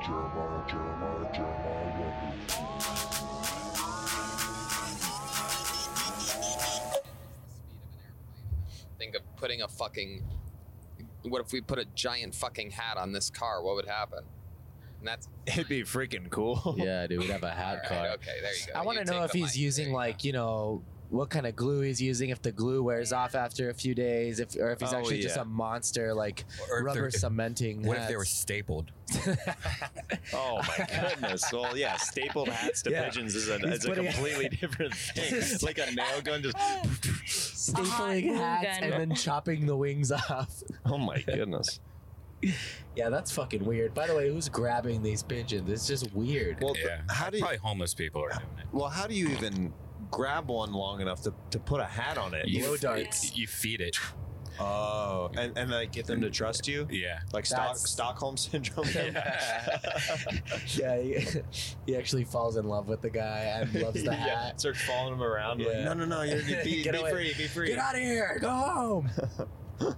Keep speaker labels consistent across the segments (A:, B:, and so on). A: Jeremiah, Jeremiah, Jeremiah Walker.
B: Think of putting a fucking. What if we put a giant fucking hat on this car? What would happen? And that's
C: It'd be freaking cool.
D: Yeah, dude, we'd have a
B: all
D: hat
B: right,
D: car.
B: okay. There you go.
D: I want
B: You
D: to know
B: take
D: if
B: the
D: he's
B: mic. There
D: using
B: you
D: like you know what kind of glue he's using. If the glue wears off after a few days, if or if he's
C: Oh,
D: actually just
C: yeah.
D: a monster like
E: Or if
D: rubber
E: they're- if-
D: cementing.
E: What if they were
D: hats.
E: stapled?
C: Oh my goodness. Well, yeah, stapled hats to
D: Yeah.
C: pigeons is a,
D: He's
C: is a
D: putting-
C: completely different thing. It's like a nail gun. Just
F: A hot glue
D: stapling hats and
F: gun.
D: then chopping the wings off?
C: oh my goodness.
D: yeah, that's fucking weird. By the way, who's grabbing these pigeons? It's just weird.
G: Well,
E: Yeah.
G: how do you,
E: Probably homeless people are doing it.
G: well, how do you even grab one long enough to, to put a hat on it?
D: Blow darts.
E: You feed it.
G: Oh, and and like get them to trust you,
E: Yeah.
G: like Stock,
D: That's-
G: Stockholm syndrome.
D: yeah, he, he actually falls in love with the guy and loves the
G: yeah,
D: hat.
G: starts following him around. like,
D: Yeah.
G: no, no, no, you're be,
D: Get
G: be
D: away.
G: free, be free.
D: Get out of here! Go home.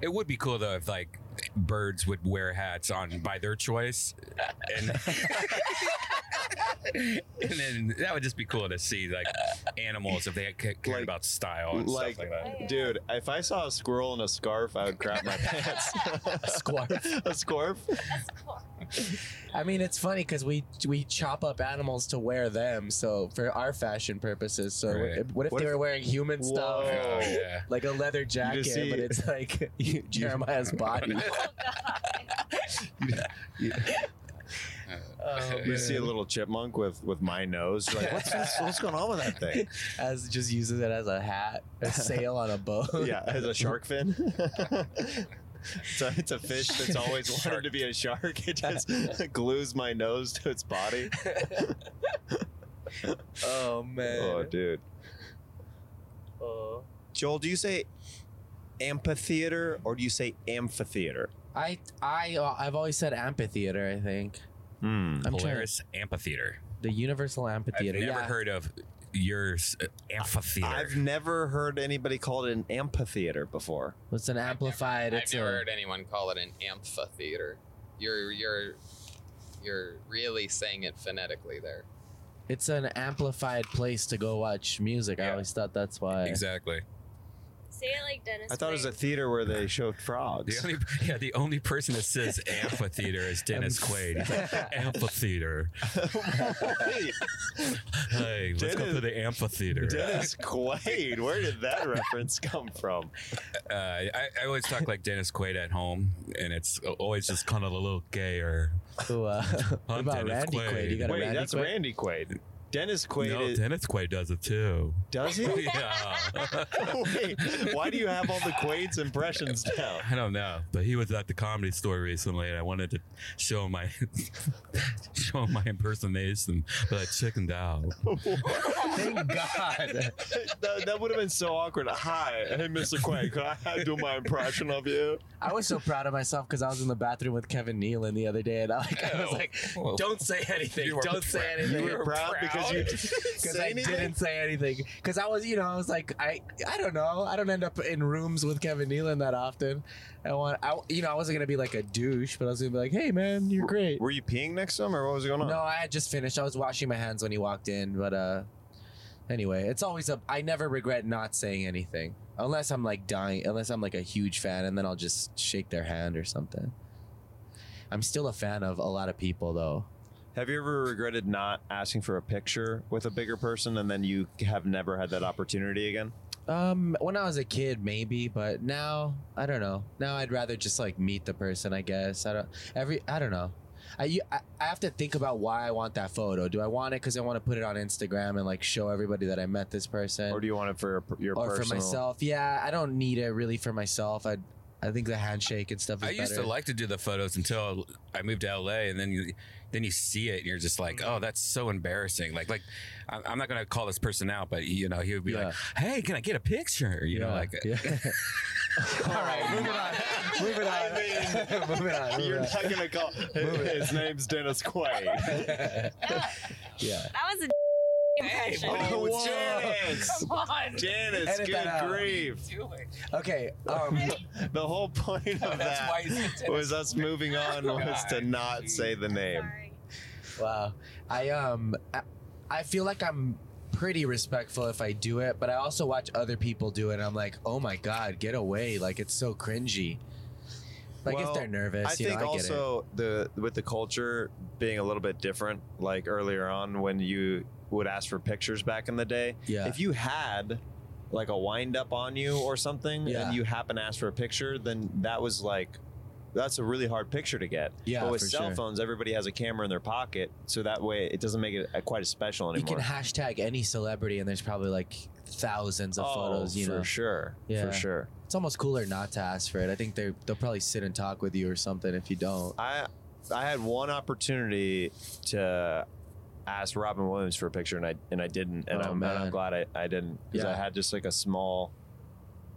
E: It would be cool though if like birds would wear hats on by their choice, and and then that would just be cool to see like animals if they ca- cared
G: Like-
E: about style and
G: like,
E: stuff like that.
G: dude, if I saw a squirrel in a scarf, I would crap my pants.
D: Squarf.
G: a scarf?
D: I mean, it's funny because we we chop up animals to wear them, so for our fashion purposes. So
E: Right.
D: what, what if
G: What
D: they
G: if-
D: were wearing human stuff,
E: Oh yeah.
D: like a leather jacket,
G: see-
D: but it's like Jeremiah's body? Oh,
G: You see a
D: man.
G: little chipmunk with with my nose. You're like, what's this, what's going on with that thing?
D: as just uses it as a hat, a sail on a boat.
G: Yeah, as a shark fin. So it's a fish that's always wanted to be a shark. It just glues my nose to its body.
D: Oh man.
G: Oh, dude. Joel, do you say amphitheater or do you say amphitheater?
D: I I uh, I've always said amphitheater. I think
G: Hmm.
D: I'm trying to,
E: Polaris Amphitheater.
D: the Universal Amphitheater.
E: I've never
D: yeah.
E: heard of yours uh, amphitheater.
G: I've never heard anybody call it an amphitheater before.
D: It's an amplified.
B: go. I've
D: it's
B: never
D: a-
B: heard anyone call it an amphitheater. You're you're you're really saying it phonetically there.
D: It's an amplified place to go watch music. I
E: Yeah.
D: always thought that's why.
E: exactly.
F: Say it like Dennis.
G: I thought it was a theater where they showed
E: The
G: frogs.
E: only yeah, the only person that says amphitheater is Dennis Quaid. He's like, amphitheater. Hey, let's go
G: Dennis-
E: to the amphitheater.
G: Dennis Quaid. Where did that reference come from?
E: Uh, I, I always talk like Dennis Quaid at home, and it's always just kind of a little gayer.
D: Who, uh, what
E: I'm
D: about
E: Dennis
D: Randy
E: Quaid.
D: Quaid? You got a
G: Wait,
D: Randy
G: that's
D: Quaid?
G: Randy Quaid. Dennis Quaid
E: no,
G: is,
E: Dennis Quaid does it too.
G: does he?
E: yeah,
G: Wait, why do you have all the Quaid's impressions down?
E: I don't know, but he was at the comedy store recently, and I wanted to show him my show him my impersonation, but I chickened out.
D: Thank God.
G: That, that would have been so awkward. Hi, hey, Mr. Quaid, could I do my impression of you?
D: I was so proud of myself because I was in the bathroom with Kevin Nealon the other day, and I, like, I
G: Oh.
D: was like,
E: Well,
D: "Don't say anything.
E: You were
D: Don't say anything."
G: You were proud, because you
D: because
G: because
D: I didn't say anything. Because I was, you know, I was like, I, I don't know. I don't end up in rooms with Kevin Nealon that often. I want, I, you know, I wasn't gonna be like a douche, but I was gonna be like, "Hey, man, you're great."
G: Were you peeing next to him, or what was going on?
D: No, I had just finished. I was washing my hands when he walked in, but uh anyway, it's always a I never regret not saying anything. Unless I'm like dying, unless I'm like a huge fan and then I'll just shake their hand or something. I'm still a fan of a lot of people though.
G: Have you ever regretted not asking for a picture with a bigger person, and then you have never had that opportunity again?
D: Um when I was a kid maybe, but now I don't know. Now I'd rather just like meet the person, I guess. I don't every I don't know. I, you, I, I have to think about why I want that photo. Do I want it because I want to put it on Instagram and like show everybody that I met this person?
G: Or do you want it for your, your
D: Uh, or
G: personal?
D: for myself. Yeah, I don't need it really for myself. I I think the handshake and stuff is
E: I used
D: better.
E: to like to do the photos until I moved to LA, and then you then you see it, and you're just like, oh, that's so embarrassing. Like, like I'm I'm not gonna call this person out, but you know, he would be
D: Yeah.
E: like, hey, can I get a picture? You know, like uh,
D: Yeah. All right, moving on. Moving on. moving on. moving
G: You're
D: on.
G: not gonna call. His name's Dennis Quaid.
D: Yeah.
F: That was a impression.
G: Oh,
D: Whoa.
G: Janice!
H: Come on.
G: Janice,
D: Edit that
G: good
D: out.
G: grief.
H: Do it.
D: Okay. Um,
G: The whole point of
H: That's why
G: that
H: he's in tennis.
G: was us moving on was to not say the name.
F: Sorry.
D: wow. I um, I, I feel like I'm pretty respectful if I do it, but I also watch other people do it, and I'm like, oh my god, get away! Like it's so cringy. Like
G: Well,
D: if they're nervous,
G: I
D: you
G: think
D: know, I get
G: also the with the culture being a little bit different. Like earlier on, when you would ask for pictures back in the day,
D: it. Yeah.
G: if you had like a wind up on you or something,
D: Yeah.
G: and you happen to ask for a picture, then that was like that's a really hard picture to get.
D: yeah.
G: but with
D: for
G: cell
D: sure.
G: phones, everybody has a camera in their pocket, so that way it doesn't make it uh, quite as special
D: you
G: anymore.
D: can hashtag any celebrity, and there's probably like thousands of
G: oh,
D: photos. You
G: for
D: know,
G: sure,
D: Yeah.
G: for sure.
D: it's almost cooler not to ask for it. I think they they'll probably sit and talk with you or something if you don't.
G: I I had one opportunity to ask Robin Williams for a picture and I and I didn't and
D: Oh,
G: I'm, and I'm
D: man.
G: glad I, I didn't because I
D: Yeah.
G: had just like a small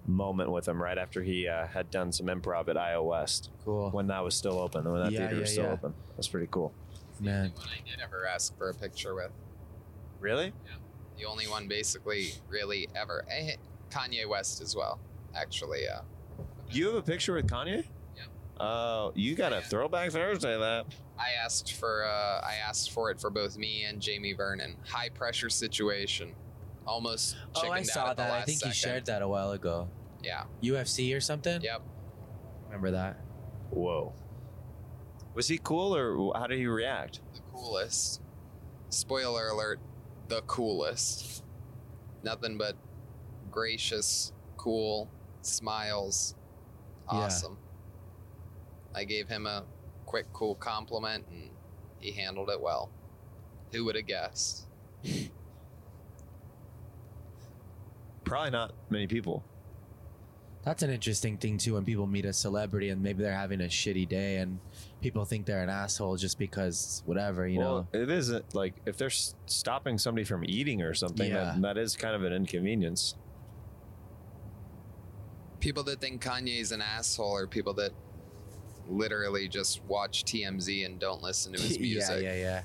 G: moment with him right after he uh, had done some improv at Iowa West
D: Cool.
G: when that was still open when that
D: Oh. Yeah,
G: theater was
D: yeah,
G: still
D: yeah.
G: open that's pretty cool
D: Man.
B: The only one I did ever ask for a picture with.
G: really
B: The only one, basically, really ever. Eh, Kanye West as well, actually. Yeah.
G: you have a picture with Kanye
B: Yep.
G: oh you got a
B: Yeah.
G: throwback Thursday that
B: I asked for uh, I asked for it for both me and Jamie Vernon. High pressure situation, almost.
D: Oh, I
B: chickened out
D: saw
B: at the
D: that. I
B: last
D: think you
B: second.
D: shared that a while ago.
B: Yeah.
D: UFC or something.
B: Yep.
D: Remember that?
G: whoa was he cool or how did he react
B: The coolest. Spoiler alert. The coolest. Nothing but gracious, cool smiles.
D: Yeah.
B: Awesome. I gave him a quick, cool compliment, and he handled it well. Who would have guessed?
G: probably not many people
D: That's an interesting thing too. When people meet a celebrity and maybe they're having a shitty day, and people think they're an asshole just because whatever, you know.
G: well, it isn't like if they're s- stopping somebody from eating or something,
D: Yeah.
G: that, that is kind of an inconvenience.
B: people that think Kanye's an asshole are people that literally just watch TMZ and don't listen to his music.
D: Yeah, yeah, yeah.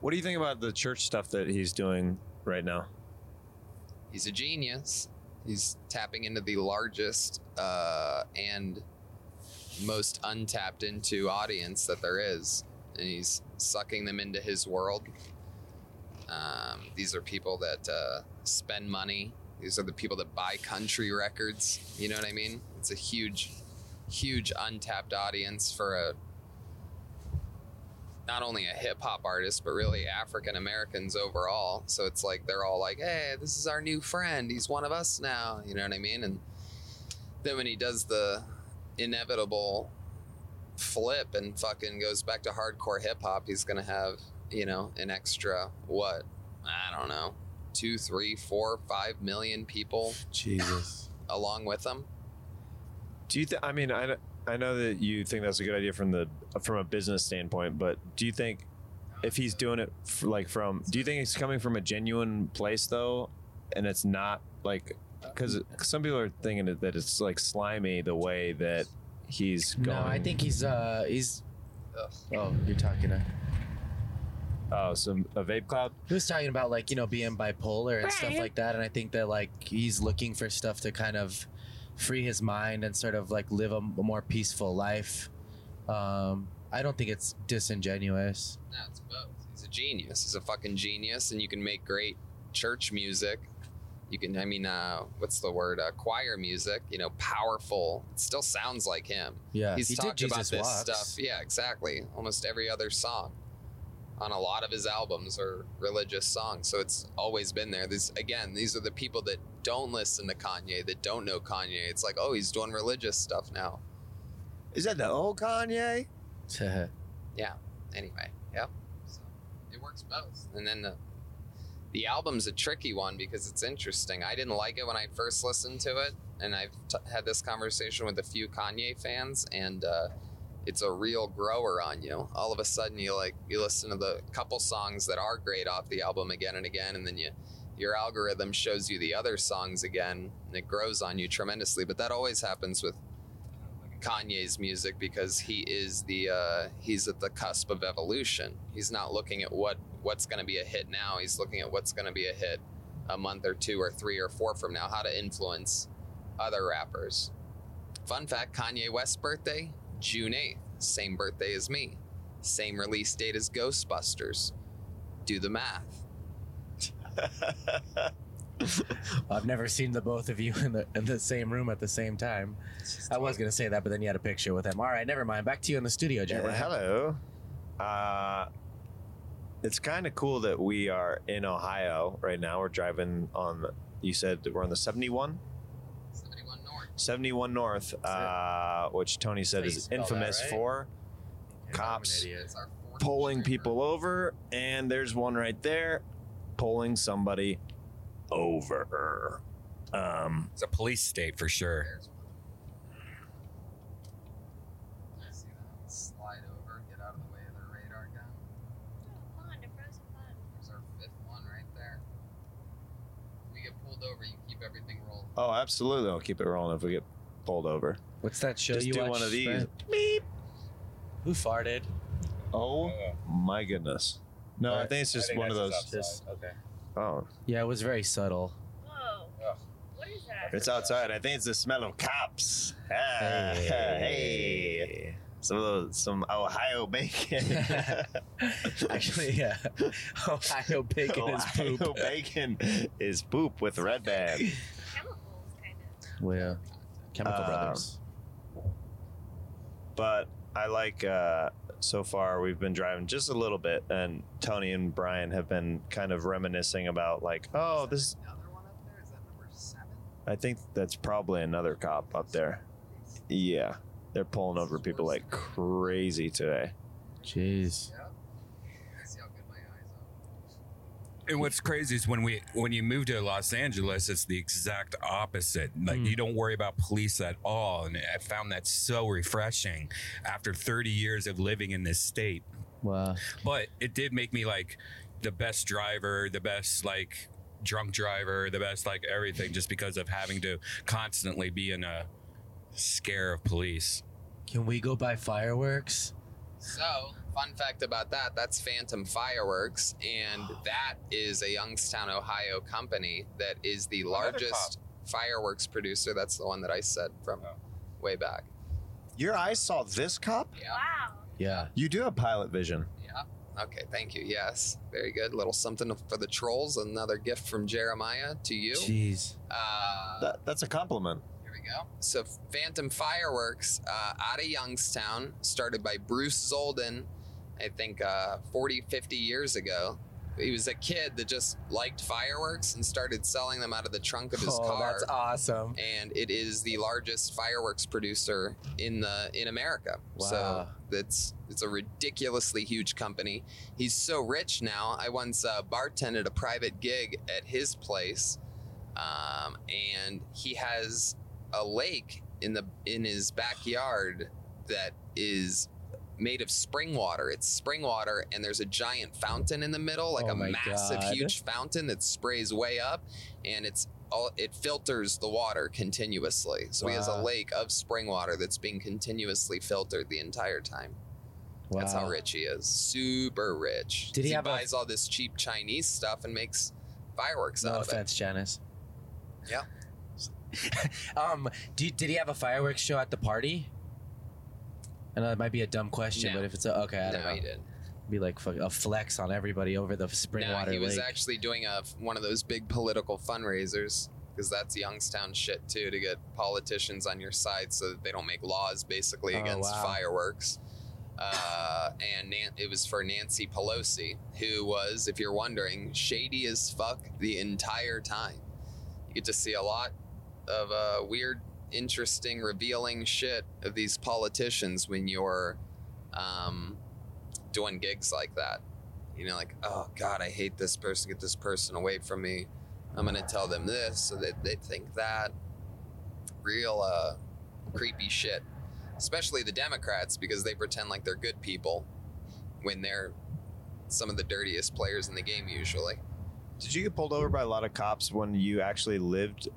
G: What do you think about the church stuff that he's doing right now?
B: He's a genius. He's tapping into the largest uh, and most untapped into audience that there is, and he's sucking them into his world. Um, these are people that uh, spend money. These are the people that buy country records. You know what I mean? It's a huge, huge untapped audience for a not only a hip hop artist, but really African Americans overall. So it's like they're all like, hey, this is our new friend. He's one of us now. You know what I mean? And then when he does the inevitable flip and fucking goes back to hardcore hip hop, he's going to have, you know, an extra, what? I don't know, two, three, four, five million people
D: Jesus.
B: along with him.
G: Do you? Th- I mean, I, I know that you think that's a good idea from the from a business standpoint, but do you think if he's doing it f- like from? Do you think it's coming from a genuine place though, and it's not like because some people are thinking that- that it's like slimy the way that he's going.
D: No, I think he's uh he's. Oh, you're talking to.
G: oh, some a vape cloud.
D: He was talking about like you know being bipolar and stuff
F: Brian.
D: like that, and I think that like he's looking for stuff to kind of free his mind and sort of like live a, m- a more peaceful life. Um, I don't think it's disingenuous.
B: No, it's both. He's a genius. He's a fucking genius, and you can make great church music. You can, I mean, uh, what's the word? Uh, choir music. You know, powerful. It still sounds like him.
D: Yeah,
B: He's
D: he did
B: talked about
D: Jesus
B: this
D: walks.
B: stuff. Yeah, exactly. Almost every other song on a lot of his albums are religious songs. So it's always been there. These again, these are the people that don't listen to Kanye, that don't know Kanye. It's like, oh, he's doing religious stuff now.
G: Is that the old Kanye?
B: anyway. Yep. So it works both. And then the the album's a tricky one because it's interesting. I didn't like it when I first listened to it, and I've t- had this conversation with a few Kanye fans, and uh, it's a real grower on you. All of a sudden, you like you listen to the couple songs that are great off the album again and again, and then you your algorithm shows you the other songs again, and it grows on you tremendously. But that always happens with Kanye's music because he is the uh, he's at the cusp of evolution. He's not looking at what what's going to be a hit now. He's looking at what's going to be a hit a month or two or three or four from now, how to influence other rappers. Fun fact Kanye West's birthday, June 8th, same birthday as me, same release date as Ghostbusters. Do the math.
D: I've never seen the both of you in the in the same room at the same time. I was gonna say that, but then you had a picture with him. All right, never mind. Back to you in the studio, Jay.
G: Yeah, hello. Uh, it's kind of cool that we are in Ohio right now. We're driving on, the, you said that we're on the 71?
B: 71 North.
G: 71 North, uh, which Tony said
D: That's how you
G: is
D: spell that,
G: infamous
D: right?
G: for cops
B: It's our fourth
G: pulling
B: year.
G: people over. And there's one right there pulling somebody over. Um,
E: It's a police state for sure.
B: There's one. See that one slide over, get out of the way of their radar gun.
F: Pond, a frozen pond.
B: There's our fifth one right there. We get pulled over, you keep everything rolling.
G: oh, absolutely. I'll keep it rolling if we get pulled over.
D: What's that show
G: Just
D: you
G: do
D: watch,
G: one of these.
D: Brent? Who farted?
G: Oh, my goodness. No, I
D: Alright.
G: think it's just one of those.
D: Just-
H: okay.
G: Oh,
D: yeah, it was very subtle.
F: Whoa.
H: Ugh.
F: What is that?
G: It's outside. I think it's the smell of cops. Ah, hey. Some of those, some Ohio bacon.
D: Actually, yeah. Ohio bacon is
G: Ohio
D: poop.
G: bacon is poop with red band.
F: Chemicals, kind of.
D: Well, yeah.
H: Chemical
G: Um,
H: Brothers.
G: But I like uh, so far we've been driving just a little bit, and Tony and Brian have been kind of reminiscing about like, oh, this.
B: Another one up there? Is that number seven?
G: I think that's probably another cop up there. Yeah, they're pulling over people like crazy today.
H: Jeez.
B: Yep. See how good my eyes are.
E: And what's crazy is when we when you move to Los Angeles, it's the exact opposite. Like
D: Mm.
E: you don't worry about police at all, and I found that so refreshing after 30 years of living in this state.
H: Wow.
E: But it did make me like the best driver, the best like drunk driver, the best like everything, just because of having to constantly be in a scare of police.
D: Can we go buy fireworks?
B: So, fun fact about that that's Phantom Fireworks, and that is a Youngstown, Ohio company that is the largest fireworks producer. That's the one that I said from way back.
G: Your eyes saw this cop?
B: Yeah.
F: Wow.
D: Yeah.
G: You do have pilot vision.
B: Yeah. Okay. Thank you. Yes. Very good. Little something for the trolls. Another gift from Jeremiah to you.
D: Jeez.
B: Uh,
G: That, that's a compliment.
B: Here we go. So, Phantom Fireworks uh, out of Youngstown, started by Bruce Zolden, I think uh, 40, 50 years ago. He was a kid that just liked fireworks and started selling them out of the trunk of his
D: Oh,
B: car.
D: that's awesome.
B: And it is the largest fireworks producer in the in America. So
D: Wow.
B: that's it's a ridiculously huge company. He's so rich now. I once uh, bartended a private gig at his place, um, and he has a lake in the in his backyard that is made of spring water. It's spring water, and there's a giant fountain in the middle, like
D: Oh
B: a
D: my
B: massive,
D: God.
B: huge fountain that sprays way up, and it's all it filters the water continuously. So he has a
D: Wow.
B: lake of spring water that's being continuously filtered the entire time.
D: Wow.
B: That's how rich he is. Super rich.
D: Did he have a-
B: buys all this cheap Chinese stuff and makes fireworks
D: No
B: out of it.
D: offense, Janice.
B: Yeah.
D: um, do, did he have a fireworks show at the party? I know it might be a dumb question,
B: No.
D: but if it's a okay, I
B: No,
D: don't know.
B: he didn't.
D: Be like fuck, a flex on everybody over the spring
B: no,
D: water
B: he was
D: lake.
B: actually doing a one of those big political fundraisers because that's Youngstown shit too to get politicians on your side so that they don't make laws basically
D: Oh,
B: against
D: wow.
B: fireworks. Uh, and Nan- it was for Nancy Pelosi, who was, if you're wondering, shady as fuck the entire time. You get to see a lot of uh, weird, interesting, revealing shit of these politicians when you're um, doing gigs like that. You know, like, oh God, I hate this person. Get this person away from me. I'm gonna tell them this so that they think that. Real uh, creepy shit, especially the Democrats because they pretend like they're good people when they're some of the dirtiest players in the game usually.
G: Did you get pulled over by a lot of cops when you actually lived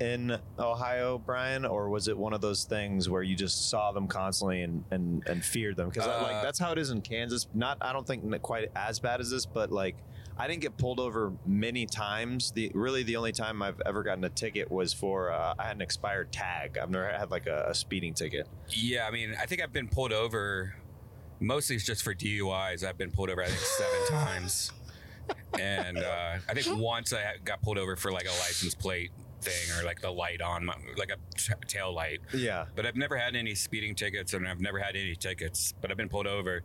G: in Ohio, Brian, or was it one of those things where you just saw them constantly and and, and feared them? Because
E: Uh,
G: like that's how it is in Kansas. Not I don't think n- quite as bad as this, but like I didn't get pulled over many times. The really the only time I've ever gotten a ticket was for uh, I had an expired tag. I've never had like a, a speeding ticket.
E: Yeah, I mean, I think I've been pulled over. Mostly, it's just for DUIs. I've been pulled over, I think, seven times, and uh, I think once I got pulled over for like a license plate thing or like the light on, my, like a t- tail light.
G: Yeah,
E: But I've never had any speeding tickets, and I've never had any tickets. But I've been pulled over.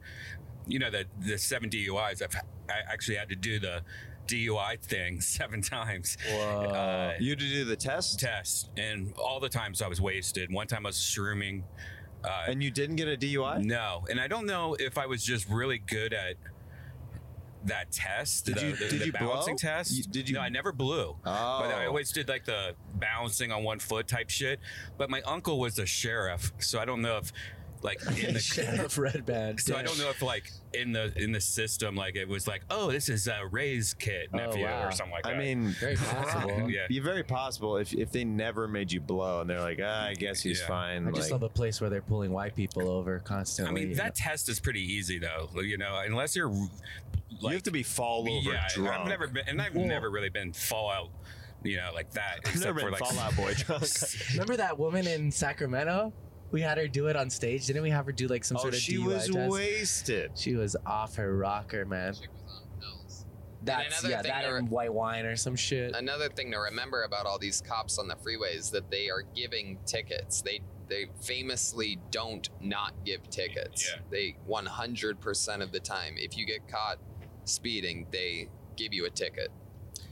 E: You know the the seven DUIs. I've I actually had to do the DUI thing seven times Uh,
G: you had to do the test,
E: test, and all the times I was wasted. One time I was shrooming. Uh,
G: and you didn't get a DUI.
E: no, and I don't know if I was just really good at that test.
G: Did
E: the,
G: you-
E: the,
G: did
E: the
G: you blow?
E: balancing test?
G: You- did you-
E: No, I never blew.
G: Oh,
E: But I always did like the balancing on one foot type shit. But my uncle was the sheriff, so I don't know if like in the
D: Sheriff Red Band.
E: so I don't know if like in the in the system like it was like oh this is uh, Ray's kid
H: Oh,
E: nephew
H: wow.
E: or something like that.
G: I mean,
D: Very possible.
E: yeah,
G: You're very possible if, if they never made you blow and they're like, ah, I guess he's
E: Yeah.
G: fine.
D: I just
G: like,
D: love a place where they're pulling white people over
E: I
D: constantly.
E: mean that test is pretty easy though. You know, unless you're
G: you
E: like
G: have to be fall over
E: yeah,
G: drunk.
E: I've never been, and I've
G: Well-
E: never really been fallout, you know, like that.
G: I've never
E: except
G: been
E: for like,
G: Fallout Boy drunk.
D: Remember that woman in Sacramento? We had her do it on stage. Didn't we have her do like some
G: oh,
D: sort of
G: she
D: DUI
G: was
D: test?
G: wasted.
D: she was off her rocker, man.
B: Chick was on pills.
D: That's
B: another
D: yeah,
B: thing
D: that
B: there-
D: and white wine or some shit.
B: Another thing to remember about all these cops on the freeway is that they are giving tickets. They they famously don't not give tickets.
E: Yeah.
B: They 100% of the time, if you get caught speeding, they give you a ticket.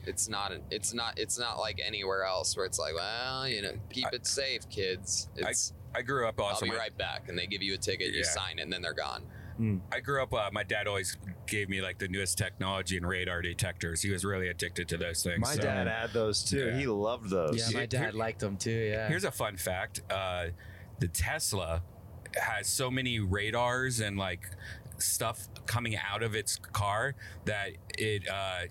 B: It's not it's not it's not like anywhere else where it's like, well, you know, keep
E: I-
B: it safe, kids. It's
E: I grew up
B: I'll
E: also.
B: be
E: My,
B: right back, and they give you a ticket, you
E: Yeah.
B: sign it, and then they're gone.
E: I grew up. Uh, my dad always gave me like the newest technology and radar detectors. He was really addicted to those things.
G: My
E: So-
G: dad had those too.
E: Yeah.
G: He loved those.
D: yeah, my
E: Here-
D: dad liked them too. Yeah,
E: Here's a fun fact: uh, the Tesla has so many radars and like stuff coming out of its car that it uh,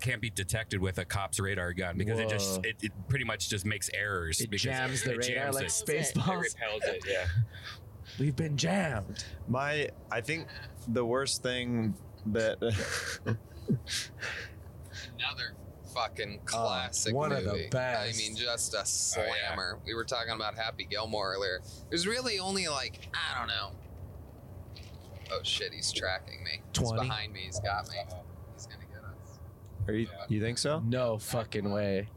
E: can't be detected with a cop's radar gun because it just
D: Whoa.
E: it, it pretty much just makes errors.
D: it
E: because
D: jams the
E: it
D: radar
E: jams
D: like
E: it.
D: Spaceballs.
E: repels it. Yeah.
D: We've been jammed.
G: My, I think the worst thing that
B: Another fucking classic
D: Uh, one of
B: movie.
D: the best. Oh,
B: I mean, just a slammer. We were talking about Happy Gilmore earlier. There's really only like I don't know. Oh shit, he's tracking me. He's
D: 20.
B: behind me. He's got me. He's gonna get us.
G: Are you, you think so?
D: No fucking way.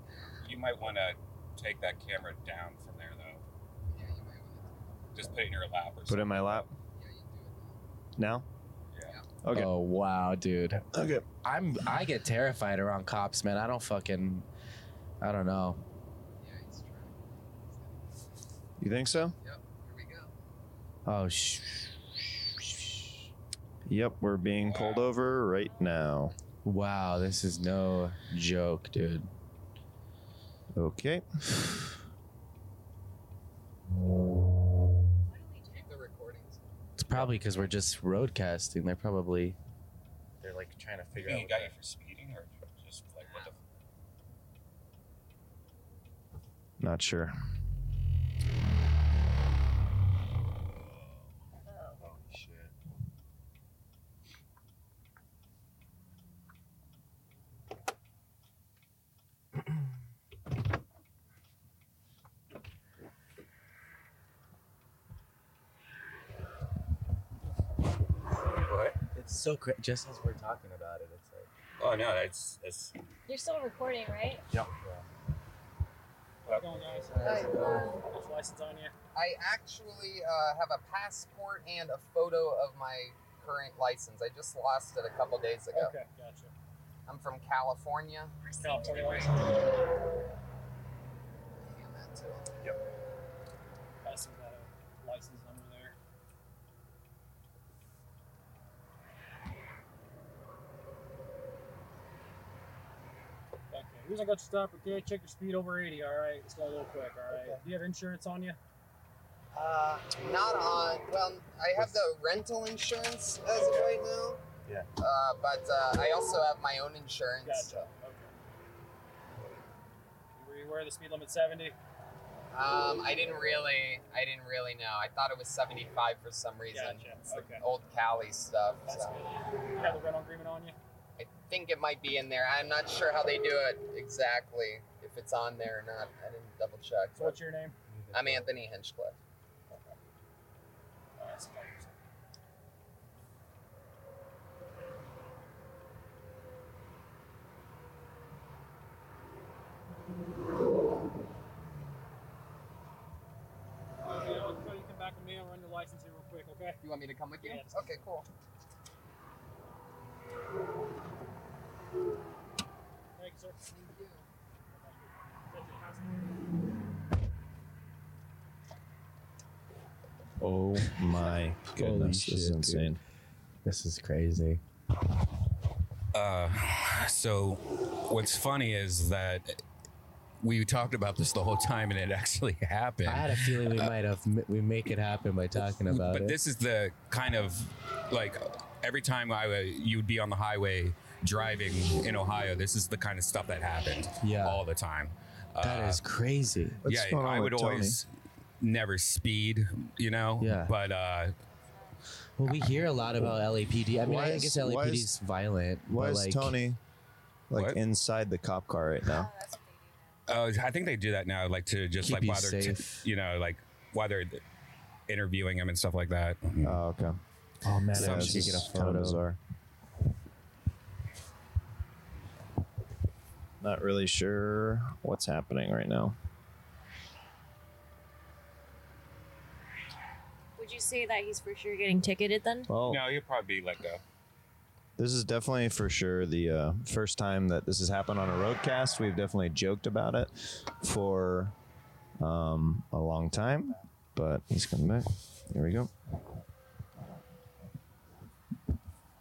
E: You might want to take that camera down from there though.
B: Yeah, you might wanna-
E: Just put it in your lap or
G: Put it in my lap
B: yeah, you do
G: now.
E: Yeah.
G: Okay.
D: Oh wow, dude.
G: Okay.
D: I'm I get terrified around cops, man. I don't fucking I don't know.
B: it. Yeah, he's tracking. He's
G: You think so?
B: gonna- Yep. Here we go.
D: Oh sh-
G: Yep. We're being pulled
E: Wow.
G: over right now.
D: wow, this is no joke, dude.
G: Okay.
F: What do we do?
B: Keep the recordings.
D: It's probably because we're just roadcasting. They're probably
H: They're like trying to
E: You got you for speeding or just like what the
G: Not sure.
F: Oh,
H: It's so cra- just as we're talking about it, it's like
E: Oh no, that's that's.
F: You're still recording, right?
B: I actually uh, have a passport and a photo of my current license. I just lost it a couple days ago. Okay, gotcha. I'm from California. Hand that to him.
I: Passing that uh, license number there. Okay, here's I got you stopped, okay? Check your speed over 80, alright? It's going a little quick, alright? Do you have insurance on you?
B: Uh, not on. Well, I have the rental insurance as of right now.
H: Yeah.
B: Uh, but uh, I also have my own insurance.
I: Gotcha. Okay. You were- You were, where the speed limit 70?
B: Um, I didn't really, I didn't really know. I thought it was 75 for some reason.
I: Gotcha.
B: It's the
I: Okay.
B: Old Cali stuff.
I: That's
B: so.
I: good. You got the red on agreement on you?
B: I think it might be in there. I'm not sure how they do it exactly, if it's on there or not. I didn't double check.
I: So what's your name?
B: I'm Anthony Hinchcliffe.
I: Uh, it's about yours. You know, Cody, come back with me. I'll run your license here real quick, okay?
B: You want me to come with you?
I: Yes.
B: Okay, cool.
I: Thank you, sir.
G: Oh my goodness, this is
D: shit,
G: insane.
D: This is crazy.
E: Uh, so what's funny is that we talked about this the whole time and it actually happened.
D: I had a feeling we might have we make it happen by talking about
E: but
D: it.
E: this is the kind of like every time I wa- you'd be on the highway driving in Ohio, this is the kind of stuff that happened
D: Yeah.
E: all the time.
G: uh,
E: Uh,
D: that is crazy.
G: What's
E: yeah,
G: going on
E: I
G: with
E: would
G: Tony?
E: always never speed, you know.
D: Yeah.
E: But uh,
D: Well, we hear a lot about LAPD. I mean,
G: Why
D: I
G: is-
D: guess
G: why
D: LAPD
G: is-
D: is violent.
G: Why
D: but
G: is
D: like,
G: Tony like
E: What?
G: inside the cop car right now?
F: that's what they do now.
E: uh, I think they do that now, like to just
D: Keep
E: like
D: you
E: while they're, t-
D: safe.
E: you know, like while they're interviewing him and stuff like that.
I: Uh,
G: Oh, okay.
D: Oh man,
E: Some
D: I
G: Yeah,
D: wish
G: this
D: we could
G: is
D: get a
G: kind of
D: photo.
G: bizarre. Not really sure what's happening right now.
F: Would you say that he's for sure getting ticketed then?
G: Well,
E: No, he'll probably be let go.
G: this is definitely for sure the uh, first time that this has happened on a roadcast. We've definitely joked about it for um, a long time, but he's coming back. Here we go.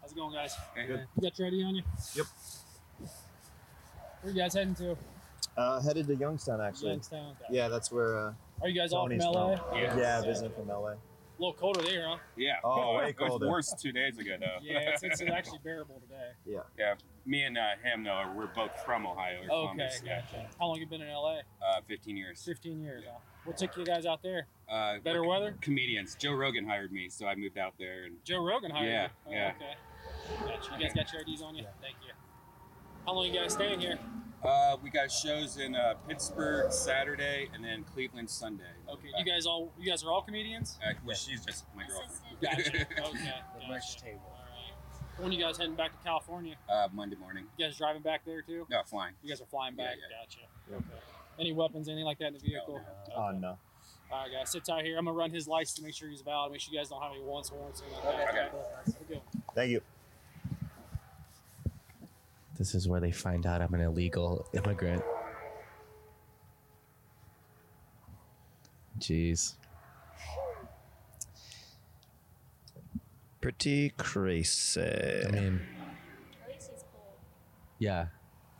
I: How's it going, guys? You got your ID on you? Yep. Where you guys heading to?
G: Uh, headed to Youngstown,
I: Youngstown. Okay.
G: Yeah, that's where. Uh,
I: Are you guys
G: Tony's
I: all from LA?
G: from.
E: Yeah.
G: visiting from LA.
I: A little colder there, huh?
E: Yeah.
G: Oh, way colder.
E: two days ago, though.
I: Yeah, it's, it's actually bearable today.
E: Me and uh, him, though, we're both from Ohio. We're
I: Okay,
E: Columbus, yeah.
I: gotcha. How long you been in LA?
E: Uh, 15 years.
I: 15 years. Huh? What took you guys out there?
E: Uh,
I: Better
E: we're
I: weather?
E: Comedians. Joe Rogan hired me, so I moved out there. And
I: Joe Rogan hired
E: Yeah,
I: you. Oh,
E: yeah.
I: Okay. Gotcha. You guys got your IDs on you? Thank you. How long you guys staying here?
E: uh, we got shows in uh, Pittsburgh Saturday and then Cleveland Sunday.
I: Okay, you guys all you guys are all comedians?
E: Uh, well, she's just my
I: Gotcha.
E: girlfriend.
I: okay. Gotcha.
D: table.
I: All right. When you guys heading back to California?
E: uh, Monday morning.
I: You guys driving back there too?
E: No, flying.
I: You guys are flying
E: Yeah,
I: back.
E: yeah.
I: Gotcha. Okay. Any weapons, anything like that in the vehicle?
G: Oh,
I: Okay.
G: no.
I: All right, guys, sit tight here. I'm gonna run his license to make sure he's valid. Make sure you guys don't have any once warrants. anything like that. We're good.
G: Thank you.
D: This is where they find out I'm an illegal immigrant. Jeez.
G: Pretty crazy.
D: I mean,
F: At least he's cool.
D: yeah,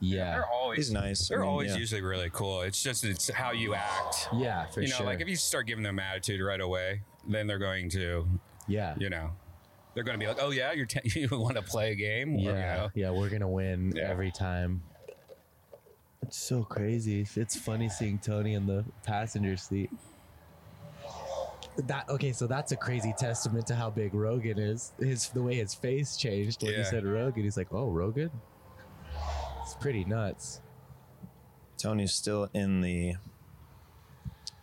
D: yeah,
E: They're always.
G: He's nice. I
E: they're
G: mean,
E: always
G: yeah.
E: usually really cool. It's just it's how you act.
D: yeah, for
E: you know,
D: sure.
E: like if you start giving them attitude right away, then they're going to,
D: yeah,
E: you know, they're going to be like, "Oh yeah, you're te- you want to play a game?" Or, you
D: yeah,
E: know,
D: yeah. We're gonna win
E: Yeah.
D: every time. It's so crazy. It's funny seeing Tony in the passenger seat. That okay, so that's a crazy testament to how big Rogan is. His the way his face changed when
E: Yeah.
D: he said Rogan. He's like, oh, Rogan. It's pretty nuts.
G: Tony's still in the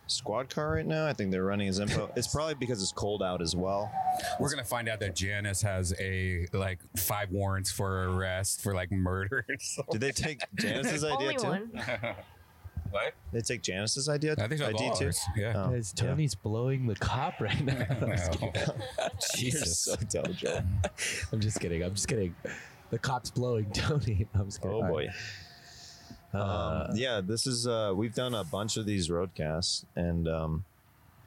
G: squad car right now. I think they're running his info. it's probably because it's cold out as well.
E: We're gonna find out that Janice has a like five warrants for arrest for like murder. and stuff.
G: Did they take Janice's idea
F: Only
G: too?
F: one.
E: what?
G: They take Janice's idea.
E: I think that's
G: ID
E: all
G: too.
E: ours. Yeah.
G: Oh,
D: Guys, Tony's blowing the cop right now. I'm just kidding.
G: yeah. You're so dojo.
D: I'm just kidding. I'm just kidding. The cop's blowing Tony. I'm just kidding.
G: Oh
D: All right.
G: boy.
D: Uh,
G: um, yeah, this is uh, we've done a bunch of these roadcasts, and um,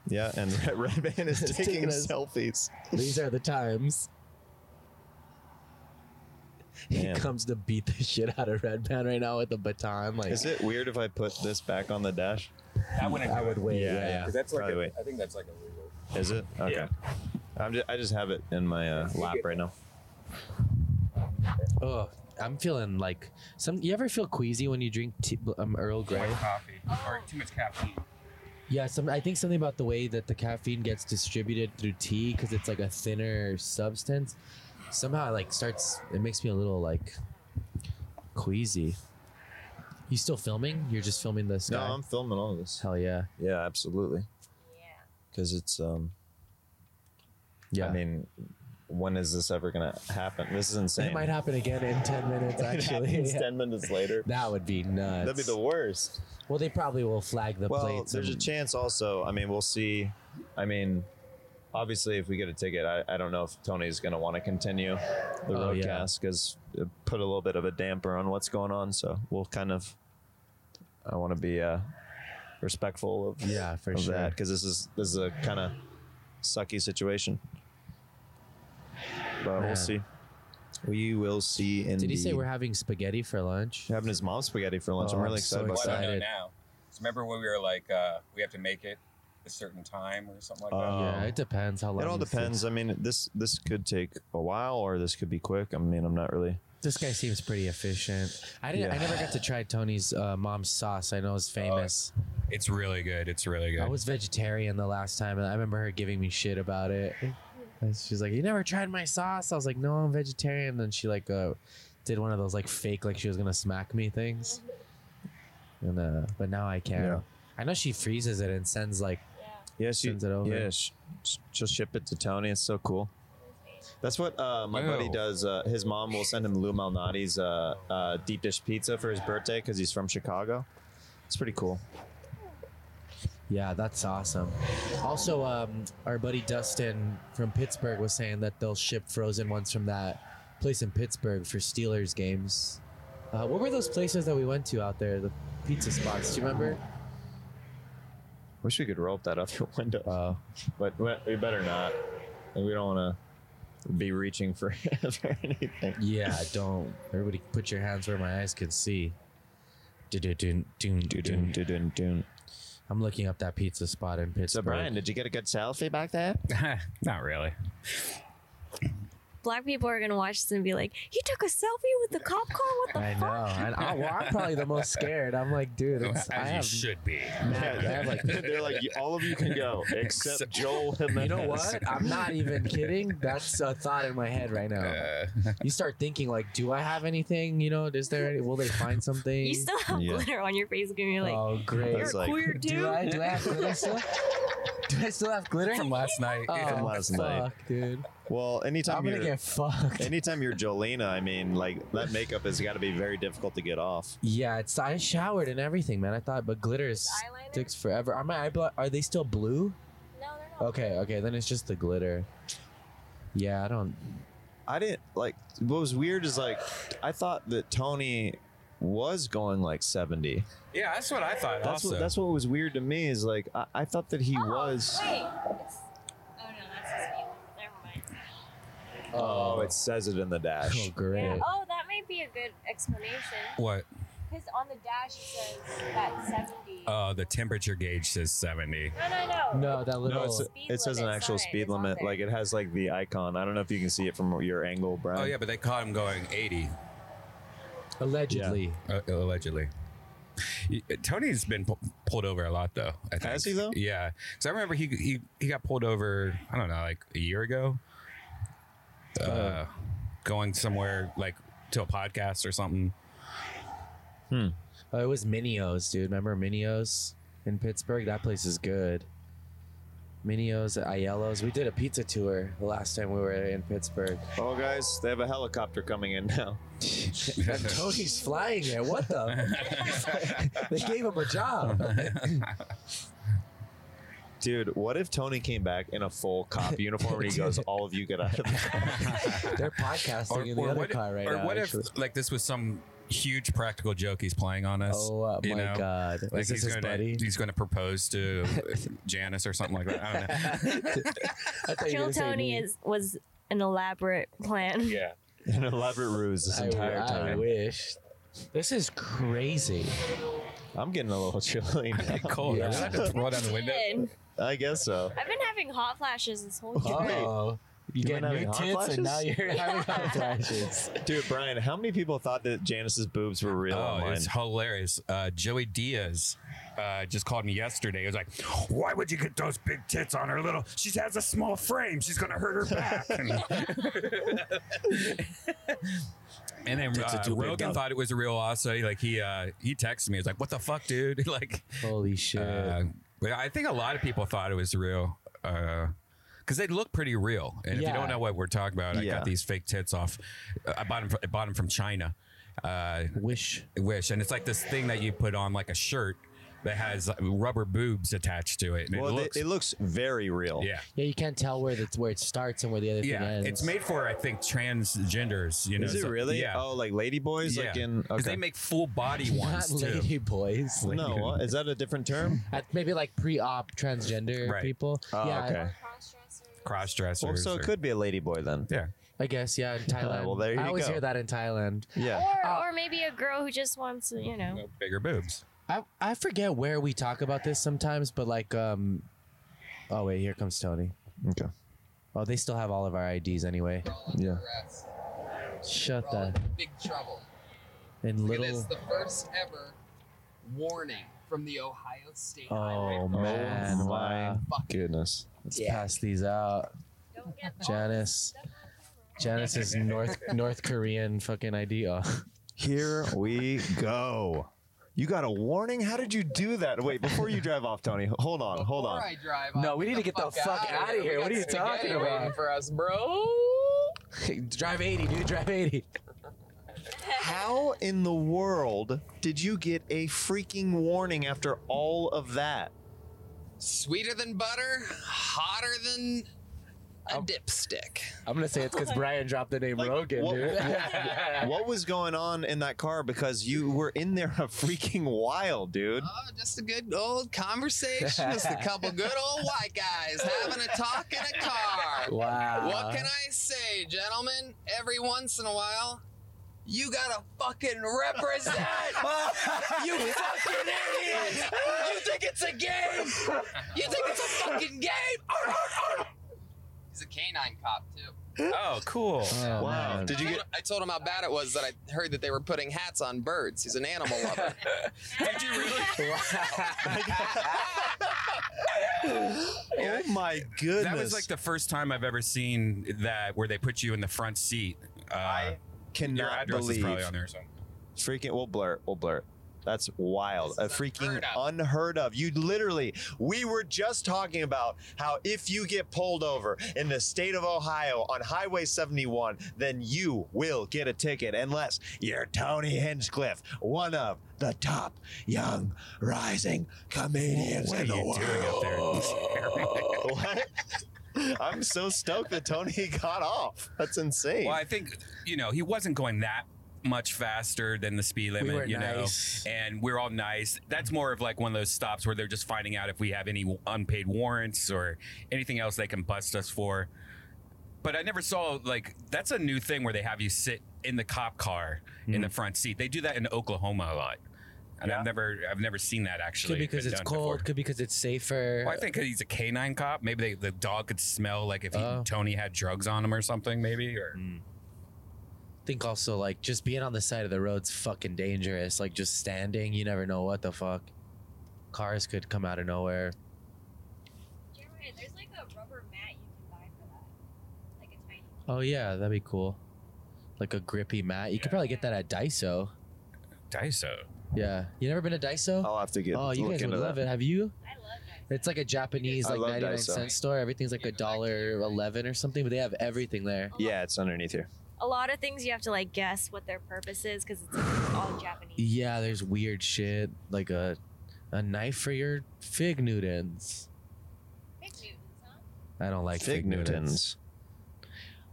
G: yeah, and Red, Red Band is
D: It's
G: taking,
D: taking us-
G: selfies.
D: These are the times. He
G: Man.
D: comes to beat the shit out of Red Band right now with a baton. Like
G: Is it weird if I put this back on the dash?
E: That wouldn't
D: I would wait.
G: Yeah,
D: Yeah,
G: yeah.
E: that's
G: like Probably a- wait.
E: I think that's like illegal.
G: Is it okay? I'm just, I just have it in my uh, lap right now.
D: Oh, I'm feeling like some. You ever feel queasy when you drink tea, um, Earl Grey?
E: White coffee or too much caffeine.
D: Yeah, some. I think something about the way that the caffeine gets distributed through tea because it's like a thinner substance. Somehow, it like starts. It makes me a little like queasy. You still filming? You're just filming this
G: No,
D: guy.
G: I'm filming all of this.
D: Hell yeah,
G: Yeah, absolutely.
F: Yeah.
G: Because it's um.
D: yeah.
G: I mean, when is this ever gonna happen? This is insane.
D: it might happen again in ten minutes.
G: It
D: Actually,
G: happens
D: Yeah.
G: ten minutes later.
D: that would be nuts.
G: That'd be the worst.
D: well, they probably will flag the
G: well,
D: plates.
G: there's a
D: and-
G: chance also. I mean, we'll see. I mean, obviously, if we get a ticket, I, I don't know if Tony's going to want to continue the
D: Oh, yeah.
G: roadcast because it put a little bit of a damper on what's going on. So we'll kind of, I want to be uh, respectful of,
D: Yeah, for
G: of
D: sure.
G: that because this is this is a kind of sucky situation. But
D: Yeah.
G: we'll see. We will see. Indeed.
D: Did he say we're having spaghetti for lunch?
G: having his mom's spaghetti for lunch?
D: Oh,
G: I'm
D: I'm
G: really
D: so
G: excited about
E: Well,
G: that.
E: I don't know
D: Excited.
E: now. 'Cause Remember when we were like, uh, we have to make it a certain time or something like that?
G: Oh.
D: yeah, it depends how long.
G: It all
D: this
G: depends. I mean, this this could take a while, or this could be quick. I mean, I'm not really.
D: This guy seems pretty efficient. I didn't. I
G: Yeah. Uh,
D: never got to try Tony's uh, mom's sauce. I know it's famous.
E: It's really good. It's really good.
D: I was vegetarian the last time, and I remember her giving me shit about it. And She's like, "You never tried my sauce." I was like, "No, I'm vegetarian." And then she like uh, did one of those like fake like she was gonna smack me things. And uh, but now I can.
G: Yeah.
D: I know she freezes it and sends like
F: Yeah.
G: Yes, you.
D: Sends it over.
G: Yeah, sh- sh- she'll ship it to Tony. It's so cool. That's what uh, my buddy
E: Ew.
G: does. Uh, his mom will send him Lou Malnati's uh, uh, deep dish pizza for his birthday because he's from Chicago. It's pretty cool.
D: Yeah, that's awesome. Also, um, our buddy Dustin from Pittsburgh was saying that they'll ship frozen ones from that place in Pittsburgh for Steelers games. Uh, what were those places that we went to out there? The pizza spots. Do you remember?
G: Wish we could roll up that other window,
D: Uh,
G: but we we better not. We don't want to be reaching for, for anything.
D: yeah, don't. Everybody, put your hands where my eyes can see. Du-du-dun, dun, dun. I'm looking up that pizza spot in Pittsburgh.
G: So, Brian, did you get a good selfie back there?
E: Not really.
F: Black people are gonna watch this and be like, "He took a selfie with the cop car. What the
D: I know.
F: fuck?"
D: And I, well, I'm probably the most scared. I'm like, dude, it's,
E: As
D: I
E: you
D: have
E: should be.
D: I have like
G: They're like, all of you can go except Joel Jimenez.
D: You know what? I'm not even kidding. That's a thought in my head right now.
E: Uh,
D: You start thinking like, do I have anything? You know, is there any? Will they find something?
F: You still have
G: Yeah.
F: glitter on your face, and you're like,
D: oh great!
F: "You're
G: That's like-
F: queer dude."
D: do I? Do I have glitter still? Do I still have glitter?
E: from last night.
D: oh,
E: yeah.
G: uh, last
D: fuck,
G: night.
D: dude.
G: Well, anytime
D: I'm gonna
G: you're
D: get fucked.
G: anytime you're Jolena, I mean, like that makeup has got to be very difficult to get off.
D: Yeah, it's. I showered and everything, man. I thought, but glitter is,
F: Eyeliner?
D: sticks forever. Are my eyebrows? Are they still blue?
F: No, they're
G: Oh,
F: not.
D: Okay, okay. Then it's just the glitter. Yeah, I don't.
G: I didn't like. What was weird is like, I thought that Tony was going like 70.
E: Yeah, that's what I thought.
G: That's
E: also,
G: what that's what was weird to me is like I, I thought that he
F: Oh,
G: was.
F: Wait. It's, oh no, that's his name. Never mind.
G: Oh, it says it in the dash.
D: Oh, great.
F: Yeah. Oh, that might be a good explanation.
E: what?
F: Because on the dash it says that 70.
E: Uh, the temperature gauge says 70.
F: no, no, no.
D: Oh. No, that little.
G: No, it's,
F: Speed
G: it says an
F: limit
G: actual
F: sign
G: speed
F: is on
G: limit.
F: there.
G: Like it has like the icon. I don't know if you can see it from your angle, Brian.
E: Oh yeah, but they caught him going 80
D: allegedly.
E: uh, allegedly. Y- Tony's been pu- pulled over a lot though. I think.
G: Has he, though?
E: Yeah, because I remember he, he he got pulled over. I don't know, like a year ago. Uh, going somewhere like to a podcast or something.
D: Oh, it was Minio's, dude. Remember Minio's in Pittsburgh? That place is good. Minio's, Aiello's. We did a pizza tour the last time we were in Pittsburgh.
G: Oh, guys, they have a helicopter coming in now.
D: And Tony's flying there. What the? they gave him a job.
G: Dude, what if Tony came back in a full cop uniform and he goes, All of you get out of the car?
D: They're podcasting in the other
E: what,
D: car right
E: or
D: now.
E: what
D: actually.
E: if like this was some huge practical joke he's playing on us?
D: oh uh,
E: you
D: my
E: know?
D: god!
E: Like
D: is this
E: he's
D: his
E: gonna,
D: buddy?
E: He's going to propose to Janice or something like that. I don't know.
D: I thought you were
F: Kill
D: gonna say
F: Tony
D: me.
F: is was an elaborate plan.
E: Yeah.
G: An elaborate ruse this
D: I,
G: entire
D: I
G: time.
D: wish. This is crazy.
G: I'm getting a little chilly now.
E: Cold.
D: Yeah.
E: I just have to roll down the window.
F: Dude,
G: I guess so.
F: I've been having hot flashes this whole trip.
D: Oh, You
G: You
D: get
G: went
D: new
G: having hot
D: tits and now
G: flashes?
D: you're having hot flashes.
G: Dude, Brian, how many people thought that Janice's boobs were real
E: Oh,
G: online?
E: it's hilarious. Uh, Joey Diaz uh, just called me yesterday. He was like, "Why would you get those big tits on her little? She has a small frame. She's gonna hurt her back." and then
G: Tits are
E: uh,
G: too big,
E: Rogan
G: dog.
E: thought it was a real also. Like he uh, he texted me. He was like, "What the fuck, dude?" like,
D: Holy shit.
E: uh, but I think a lot of people thought it was real. Uh, because they look pretty real, and if
D: Yeah.
E: you don't know what we're talking about, I
G: Yeah.
E: got these fake tits off. uh, I bought them. From, I bought them from China. Uh,
D: Wish.
E: wish and it's like this thing that you put on like a shirt that has like, rubber boobs attached to it and
G: well,
E: it
G: they-
E: looks
G: it looks very real.
E: yeah
D: Yeah, you can't tell where that's where it starts and where the other
E: yeah
D: thing ends.
E: it's made for i think transgenders you know
G: Is it
E: so-
G: really?
E: yeah
G: Oh, like ladyboys? Like
E: Yeah.
G: in.
E: 'Cause
G: Okay.
E: they make full body
D: not
E: ones too
D: lady boys.
G: no, what? is that a different term?
D: At maybe like pre-op transgender
E: Right.
D: people.
G: Oh,
D: yeah,
G: okay.
E: cross
G: Well,
E: dressers
G: so it could be a ladyboy then.
E: yeah
D: I guess yeah. In Thailand,
G: well, there
D: I
G: you
D: always
G: go.
D: hear that in Thailand.
G: Yeah.
F: Or,
D: Oh.
F: or maybe a girl who just wants to, you know.
E: no bigger boobs
D: I I forget where we talk about this sometimes, but like um, oh wait, here comes Tony.
G: Okay.
D: Oh, they still have all of our IDs anyway.
B: We're all under
G: Yeah.
B: arrest.
D: Shut
B: We're all
D: that.
B: in big trouble.
D: And
B: Look at this,
D: little.
B: the first ever warning from the Ohio State Highway
D: Oh man,
G: oh
D: wow.
G: my goodness.
D: Let's pass these out.
F: Don't get caught.
D: Janice. Janice's North North Korean fucking ID. Oh.
G: Here we go. You got a warning? How did you do that? Wait, before you drive off, Tony. Hold on, hold
B: Before
G: on.
B: I drive
D: No,
B: off,
D: we need to get the fuck
B: outta
D: outta
B: We
D: here. What
B: got
D: are you talking
B: spaghetti waiting
D: about?
B: For us, bro.
D: drive 80, dude. Drive 80.
G: How in the world did you get a freaking warning after all of that?
B: Sweeter than butter, hotter than
D: Oh.
B: a dipstick.
D: I'm gonna say it's because Brian dropped the name
G: Like,
D: Rogan,
G: what-
D: dude.
G: What was going on in that car? Because you were in there a freaking while, dude.
B: Oh, just a good old conversation. just a couple good old white guys having a talk in a car.
D: wow.
B: What can I say, gentlemen? Every once in a while, you gotta fucking represent. you fucking idiots! You think it's a game? You think it's a fucking game? Arr, arr, arr. He's a canine cop too.
E: oh cool
D: Oh,
G: Wow.
D: man.
G: Did you get
B: I told him how bad it was that I heard that they were putting hats on birds. He's an animal lover.
E: did you really
G: Oh my goodness.
E: that was like the first time i've ever seen that where they put you in the front seat uh,
G: I
E: your
G: cannot
E: address is
G: believe.
E: probably on there or something
G: Freaking, we'll blur, it, we'll blur. it. That's wild. A
B: This is
G: freaking
B: unheard of.
G: unheard of. You literally, we were just talking about how if you get pulled over in the state of Ohio on Highway 71, then you will get a ticket unless you're Tony Hinchcliffe, one of the top young rising comedians
E: what are
G: in the
E: you
G: world.
E: doing up there
G: What? I'm so stoked that Tony got off. That's insane.
E: Well, I think you know he wasn't going that much faster than the speed limit.
D: were
E: you
D: nice.
E: know, and we're all nice. That's more of like one of those stops where they're just finding out if we have any unpaid warrants or anything else they can bust us for. But I never saw like that's a new thing where they have you sit in the cop car in
D: Hmm.
E: the front seat. They do that in Oklahoma a lot, and I've never I've never seen that actually.
D: Could be because
E: been
D: it's
E: done
D: cold.
E: before.
D: Could be because it's safer.
E: Well, I think 'cause he's a canine cop. Maybe they, the dog could smell like if he,
D: Oh.
E: Tony had drugs on him or something. Maybe or
D: think also like just being on the side of the road's fucking dangerous. Like just standing, you never know what the fuck. Cars could come out of nowhere.
F: You're right, There's like a rubber mat you can buy for that. Like a tiny.
D: Oh yeah, that'd be cool. Like a grippy mat. You could
E: Yeah.
D: probably get that at Daiso.
E: Daiso.
D: Yeah. You never been to Daiso?
G: I'll have to get.
D: oh, you
G: look
D: guys would
G: into that.
D: love it. Have you?
F: I love that.
D: It's like a Japanese
G: I
D: like
G: love
D: 99
G: Daiso.
D: cent store. Everything's like a dollar 11 or something, but they have everything there.
G: Yeah, it's underneath here.
F: A lot of things you have to like guess what their purpose is because it's all Japanese.
D: Yeah, there's weird shit like a a knife for your fig Newtons.
F: Big Newtons, huh?
D: I don't like fig,
G: Fig Newtons.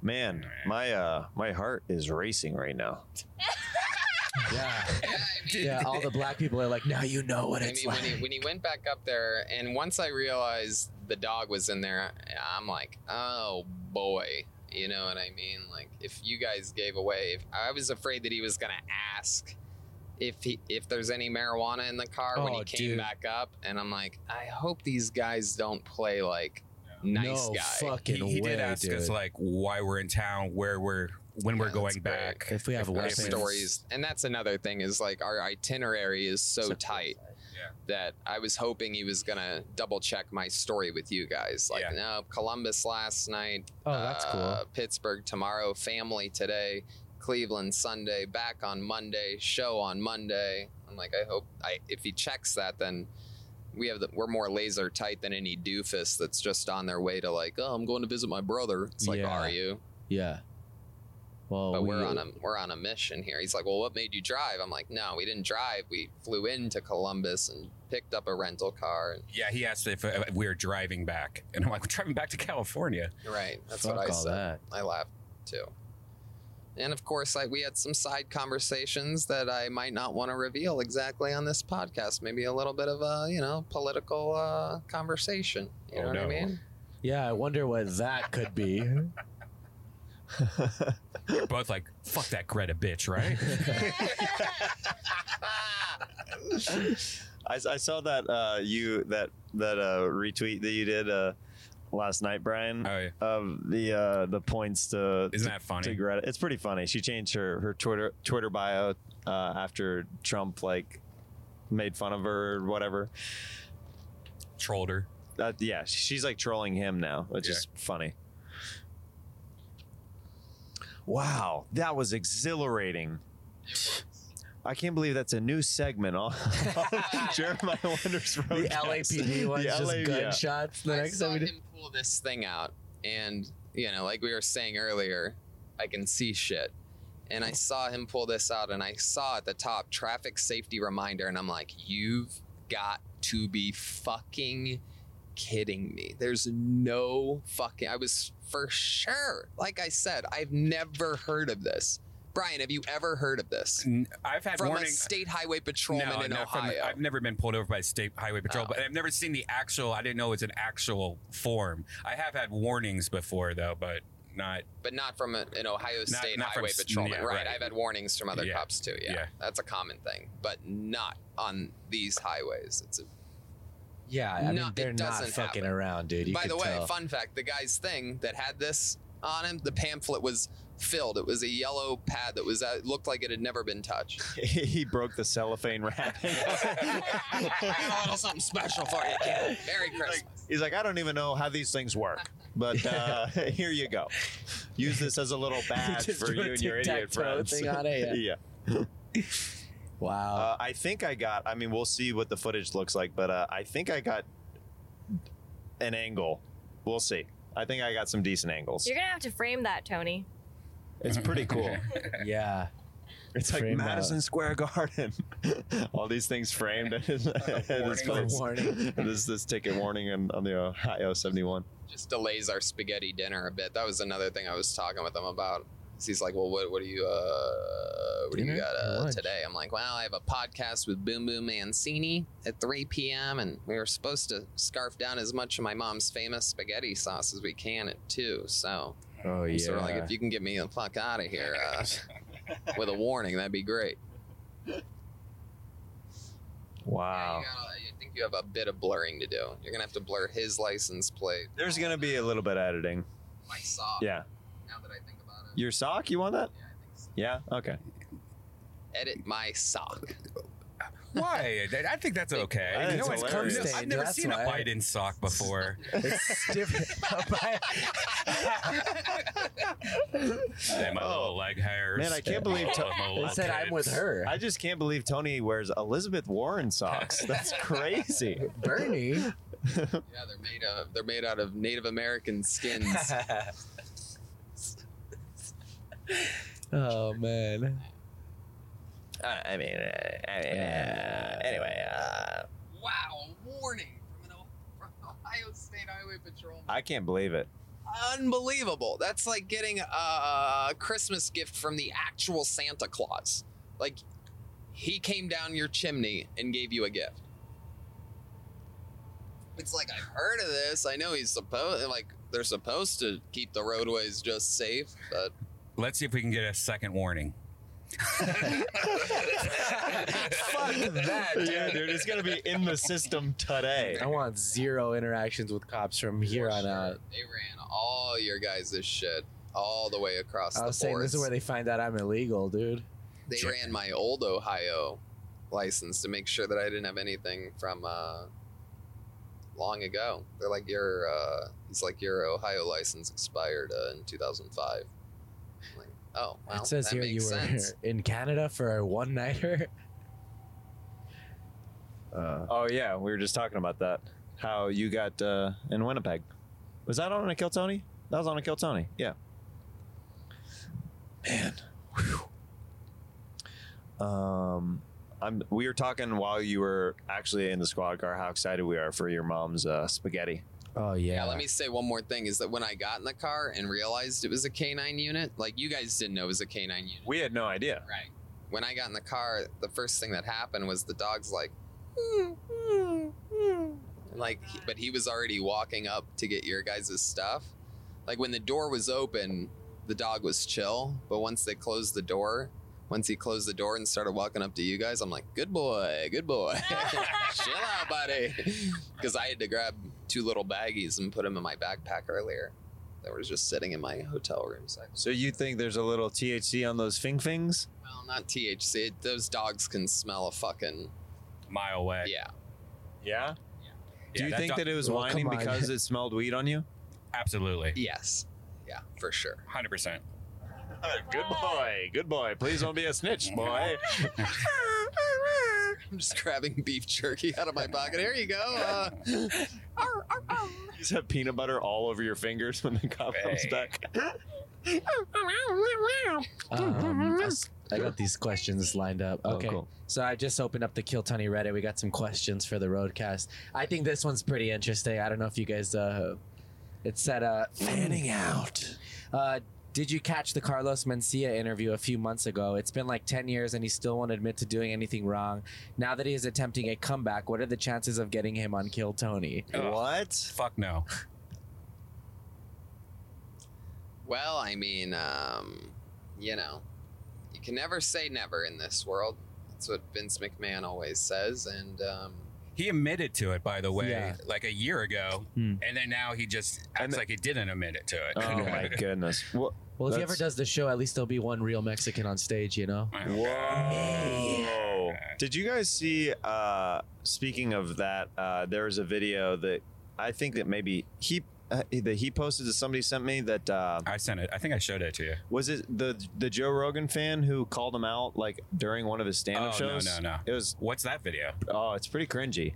G: Man, my uh, my heart is racing right now.
D: Yeah,
B: yeah, I mean,
D: yeah. All the black people are like, now you know what
B: I
D: it's
B: mean, when, he,
D: like.
B: when he went back up there, and once I realized the dog was in there, I'm like, oh boy. You know what I mean? Like, if you guys gave away, if, I was afraid that he was gonna ask if he if there's any marijuana in the car when
D: Oh,
B: he came
D: dude.
B: back up, and I'm like, I hope these guys don't play like Nice
H: no
B: guy.
H: fucking
E: He, he
H: way,
E: did ask
H: dude.
E: us like why we're in town, where we're when
B: Yeah,
E: we're
B: that's
E: going
B: great.
E: back.
H: if we have
E: if we
B: Our
E: have
H: weapons.
B: stories, and that's another thing is like our itinerary is so tight
E: Yeah.
B: that I was hoping he was gonna double check my story with you guys. Like,
E: Yeah.
B: no, Columbus last night.
H: Oh, that's
B: uh,
H: cool.
B: Pittsburgh tomorrow, family today, Cleveland Sunday, back on Monday, show on Monday. I'm like, I hope I if he checks that, then we have the, we're more laser tight than any doofus that's just on their way to like, oh, I'm going to visit my brother. It's like,
H: Yeah.
B: are you?
H: Yeah. Well,
B: but
H: we,
B: we're on a we're on a mission here. He's like, well, what made you drive? I'm like, no, we didn't drive. We flew into Columbus and picked up a rental car.
E: Yeah, he asked if, uh, if we were driving back, and I'm like, we're driving back to California.
B: Right, that's
H: fuck
B: what I
H: all
B: said.
H: that.
B: I laughed too. And of course, I, we had some side conversations that I might not want to reveal exactly on this podcast. Maybe a little bit of a you know political uh, conversation. You
E: Oh,
B: know what I
E: no.
B: mean?
H: Yeah, I wonder what that could be.
G: Oh,
E: We're both like, fuck that Greta bitch, right?
G: I, I saw that uh, you that that uh, retweet that you did uh, last night, Brian,
E: oh, yeah.
G: of the uh, the points to
E: isn't that funny?
G: to Greta. It's pretty funny. She changed her her Twitter Twitter bio uh, after Trump like made fun of her or whatever.
E: Trolled her.
G: Uh, yeah, she's like trolling him now, which
E: Yeah.
G: is funny. Wow, that was exhilarating. I can't believe that's a new segment on Jeremiah Wonders
H: the
G: Roadcast.
H: LAPD one's
G: The LA
H: just
G: yeah.
H: gunshots. The
B: I
H: next
B: saw
H: time we did.
B: him pull this thing out, and you know, like we were saying earlier, I can see shit. And I saw him pull this out, and I saw at the top traffic safety reminder, and I'm like, you've got to be fucking kidding me. There's no fucking. I was for sure, like I said, I've never heard of this. Brian, have you ever heard of this?
E: N- I've had
B: From a
E: warning.
B: state highway patrolman
E: No,
B: in
E: not from
B: Ohio.
E: the- I've never been pulled over by state highway patrol,
B: Oh.
E: but I've never seen the actual. I didn't know it was an actual form. I have had warnings before though, but not.
B: but not from a, an Ohio State
E: not from
B: highway
E: s-
B: patrolman,
E: yeah,
B: right.
E: right.
B: I've had warnings from other
E: Yeah,
B: cops too. Yeah,
E: yeah.
B: that's a common thing, but not on these highways. It's a,
H: Yeah, I
B: No,
H: mean
B: it
H: they're not
B: doesn't
H: fucking
B: happen.
H: around, dude. You
B: by
H: could
B: the way,
H: tell.
B: fun fact: the guy's thing that had this on him, the pamphlet was filled. It was a yellow pad that was it looked like it had never been touched.
G: he broke the cellophane wrapping.
B: a little something special for you, kid. Merry Christmas.
G: He's like, I don't even know how these things work, but uh, here you go. Use this as a little badge
H: Just
G: for
H: do a
G: you and your idiot
H: tic-tac-toe
G: friends.
H: thing on it, yeah.
G: yeah.
D: Oh.
H: wow.
G: Uh, I think I got. I mean, we'll see what the footage looks like, but uh, I think I got an angle. We'll see. I think I got some decent angles.
F: You're gonna have to frame that, Tony.
G: It's pretty cool.
H: yeah.
G: It's like
H: Frame out.
G: Madison Square Garden. All these things framed. in his- in his
E: Warning.
G: face.
H: Warning.
G: this this ticket warning on, on the Ohio 71.
B: Just delays our spaghetti dinner a bit. That was another thing I was talking with him about. 'Cause He's like, well, what, what do you, uh, what do you
H: Dinner
B: got
H: or
B: uh,
H: lunch?
B: today? I'm like, well, I have a podcast with Boom Boom Mancini at 3 p.m. and we were supposed to scarf down as much of my mom's famous spaghetti sauce as we can at two. So,
H: Oh yeah.
B: I'm sort of like, if you can get me the fuck out of here uh, with a warning, that'd be great. Yeah,
G: Wow.
B: you gotta- I think you have a bit of blurring to do. You're gonna have to blur his license plate.
G: There's gonna be a little bit of editing.
B: my sock.
G: Yeah.
B: Now that I think about it.
G: Your sock? You want that?
B: Yeah, I think so.
G: Yeah. Okay.
B: Edit my sock.
E: Why? That- I think that's okay.
G: I think it's
E: it's
G: hilarious.
E: I've
H: Stain,
E: never
H: that's
E: seen a
H: why.
E: Biden sock before.
H: it's different.
E: Yeah, my little leg hairs.
G: Oh. Man, I can't believe
E: My
G: to-
E: little
H: They said I'm with
E: kids.
H: her.
G: I just can't believe Tony wears Elizabeth Warren socks. That's crazy.
H: Bernie.
B: Yeah, they're made of they're made out of Native American skins.
H: oh man.
G: I mean, uh, I mean anyway, uh,
B: wow, a warning from an O- from Ohio State Highway Patrol.
G: I can't believe it.
B: Unbelievable. That's like getting a Christmas gift from the actual Santa Claus. Like he came down your chimney and gave you a gift. It's like I've heard of this. I know he's supposed like they're supposed to keep the roadways just safe, but
E: Let's see if we can get a second warning.
D: Fuck that, dude.
G: yeah, dude, it's gonna be in the system today.
D: I want zero interactions with cops from here on out.
B: They ran all your guys' shit all the way across
D: I
B: the
D: was saying this is
B: boards.
D: where they find out I'm illegal, dude.
B: they ran my old Ohio license to make sure that I didn't have anything from uh, long ago. They're like your, uh, it's like your Ohio license expired uh, in 2005. I'm like, oh, well,
D: it says
B: that
D: here you
B: makes
D: were
B: sense.
D: in Canada for a one nighter. Uh,
G: Oh yeah, we were just talking about that. How you got uh, in Winnipeg? Was that on a Kill Tony? That was on a Kill Tony. Yeah. Man. Whew. Um, I'm. We were talking while you were actually in the squad car. How excited we are for your mom's uh, spaghetti.
H: Oh yeah.
B: Yeah, let me say one more thing is that when I got in the car and realized it was a canine unit, like you guys didn't know it was a canine unit.
G: We had no idea.
B: Right. When I got in the car, the first thing that happened was the dog's like, and like, he- but he was already walking up to get your guys' stuff. Like when the door was open, the dog was chill, but once they closed the door, once he closed the door and started walking up to you guys, I'm like, good boy, good boy, chill out, buddy, because I had to grab two little baggies and put them in my backpack earlier. That was just sitting in my hotel room. So I
G: So you think there's a little THC on those fing fings?
B: well, not THC. It- Those dogs can smell a fucking
E: mile away.
B: yeah.
G: Yeah. Do
E: Yeah,
G: you
E: that
G: think
E: dog-
G: that it was
D: Well,
G: whining
D: come on.
G: because it smelled weed on you?
E: Absolutely.
B: Yes. Yeah, for sure.
E: 100%.
G: Uh, Good boy, good boy. Please don't be a snitch, boy.
B: I'm just grabbing beef jerky out of my pocket. Here you go. Uh,
G: You just have peanut butter all over your fingers when the cop comes
E: Hey.
G: back.
D: um, I s- I got these questions lined up.
G: Oh,
D: Okay.
G: cool.
D: So I just opened up the Kill Tony Reddit. We got some questions for the roadcast. I think this one's pretty interesting. I don't know if you guys. Uh, it said uh, fanning out. Uh, did you catch the Carlos Mencia interview a few months ago? It's been like 10 years and he still won't admit to doing anything wrong. Now that he is attempting a comeback, what are the chances of getting him on Kill Tony?
E: Ugh.
G: What?
E: Fuck no.
B: well, I mean, um, you know, you can never say never in this world. That's what Vince McMahon always says. And um,
E: He admitted to it, by the way,
D: Yeah.
E: like a year ago,
D: Hmm.
E: and then now he just acts
G: And-
E: like he didn't admit it to it.
G: Oh my goodness. Wha-
H: Well, if he ever
G: That's-
H: does the show, at least there'll be one real Mexican on stage, you know?
G: Whoa. Did you guys see uh speaking of that, uh there was a video that I think that maybe he uh, that he posted that somebody sent me that uh
E: I sent it. I think I showed it to you.
G: was it the the Joe Rogan fan who called him out like during one of his stand up
E: Oh, no,
G: shows?
E: no, no.
G: It was
E: What's that video?
G: oh, it's pretty cringy.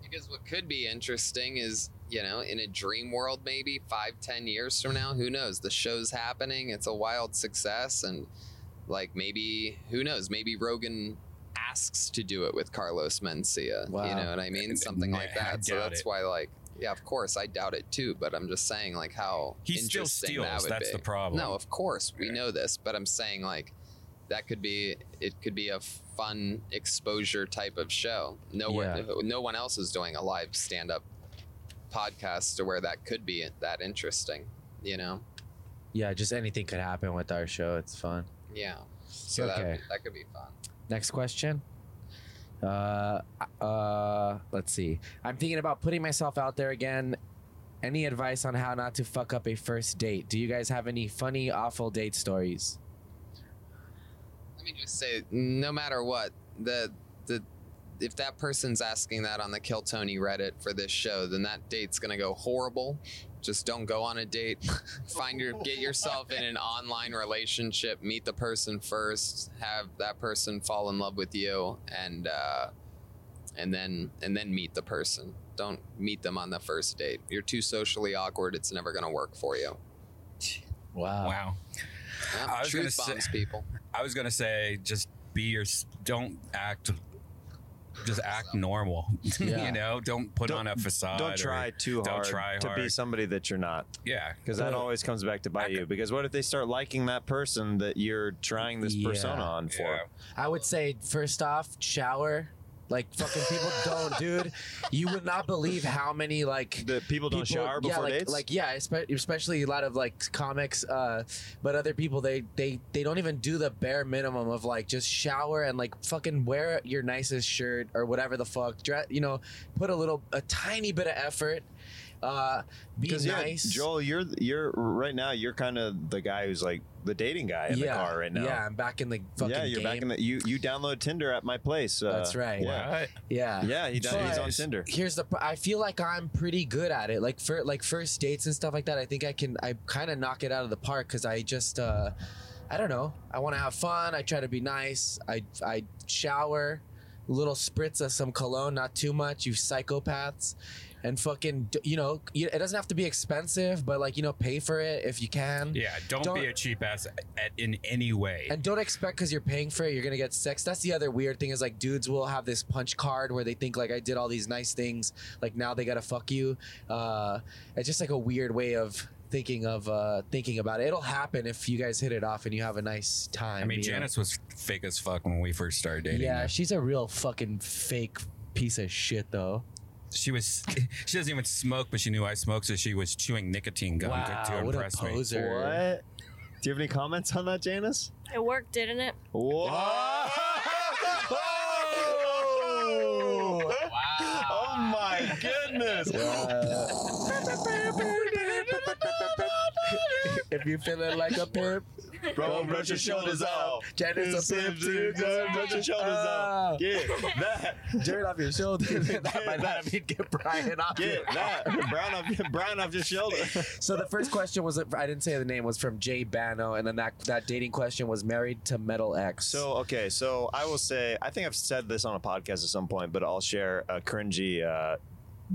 B: because what could be interesting is, you know, in a dream world, maybe five, ten years from now, who knows? The show's happening. It's a wild success. And like maybe, who knows? Maybe Rogan asks to do it with Carlos Mencia. You
D: Wow.
B: know what I mean? Something like
E: Nah, I
B: that. So
E: doubt
B: that's
E: it.
B: why, like, yeah, of course, I doubt it too. But I'm just saying, like, how
E: He still
B: interesting
E: steals.
B: that would
E: That's
B: be.
E: the problem.
B: No, of course we
E: Yeah.
B: know this, but I'm saying like that could be it could be a fun exposure type of show. No one no one else is doing a live stand up podcast to where that could be that interesting, you know?
D: Yeah, just anything could happen with our show. It's fun.
B: Yeah. So that
D: Okay.
B: that could be fun.
D: Next question. Uh, uh, let's see. I'm thinking about putting myself out there again. Any advice on how not to fuck up a first date? Do you guys have any funny, awful date stories?
B: Let me just say no matter what, the the if that person's asking that on the Kill Tony Reddit for this show, then that date's gonna go horrible. Just don't go on a date. Find your get yourself in an online relationship. Meet the person first. Have that person fall in love with you, and uh, and then and then meet the person. Don't meet them on the first date. You're too socially awkward. It's never gonna work for you.
H: Wow.
E: Wow.
B: Yeah,
E: I was
B: truth
E: gonna
B: bombs people.
E: I was gonna say just be your. Don't act. Just act normal.
H: Yeah.
E: you know, don't put
G: Don't-
E: on a facade.
G: don't
E: or-
G: try too
E: Oh, don't
G: hard
E: try
G: to be
E: hard.
G: somebody that you're not.
E: yeah.
G: Because that
H: Well,
G: always comes back to bite you. Because what if they start liking that person that you're trying this
H: Yeah.
G: persona on
E: Yeah.
G: for?
D: I would say first off, shower, Like fucking people don't, dude. You would not believe how many like
G: The people don't shower before
D: yeah, like,
G: dates.
D: Like yeah, espe- especially a lot of like comics, uh, but other people they they they don't even do the bare minimum of like just shower and like fucking wear your nicest shirt or whatever the fuck. Dress, you know, put a little a tiny bit of effort. Uh, be
G: because yeah,
D: nice.
G: Joel, you're you're right now. You're kind of the guy who's like the dating guy in the car right now.
D: Yeah, I'm back in the fucking
G: yeah, you're
D: game.
G: back in the you you download Tinder at my place. Uh,
D: That's right.
G: Yeah,
D: yeah.
G: yeah, he down, he's
D: But-
G: on Tinder.
D: Here's the. pr- I feel like I'm pretty good at it. Like for like first dates and stuff like that. I think I can. I kind of knock it out of the park because I just. uh I don't know. I want to have fun. I try to be nice. I I shower, little spritz of some cologne, not too much. You psychopaths, and fucking d- you know you- it doesn't have to be expensive, but like you know pay for it if you can.
E: Yeah, don't,
D: Don't-
E: be a cheap ass at, in any way.
D: And don't expect because you're paying for it, you're gonna get sex. That's the other weird thing is like dudes will have this punch card where they think like I did all these nice things, like now they gotta fuck you. Uh, it's just like a weird way of thinking of uh, thinking about it. It'll happen if you guys hit it off and you have a nice time.
E: I mean,
D: you know?
E: Janice was fake as fuck when we first started dating.
D: Yeah, she's a real fucking fake piece of shit though.
E: She was, she doesn't even smoke, but she knew I smoked, so she was chewing nicotine gum to- to,
D: Wow, Oh, what a
E: impress me.
D: poser.
G: What? Do you have any comments on that, Janice?
F: It worked, didn't it?
G: Whoa! oh
B: Wow.
G: my goodness!
D: if you feeling like a pimp,
G: Bro, brush your shoulders off.
D: Janice a pimp too.
G: Bro, brush your shoulders
D: Ah.
G: off. Get that.
D: Dirt off your shoulders. that might
G: that.
D: not mean get Brian off your
G: Get that. Brown off, brown off your shoulder.
D: So the first question was I didn't say the name was from Jay Bano, and then that that dating question was married to Metal X.
G: So okay, so I will say I think I've said this on a podcast at some point, but I'll share a cringy uh,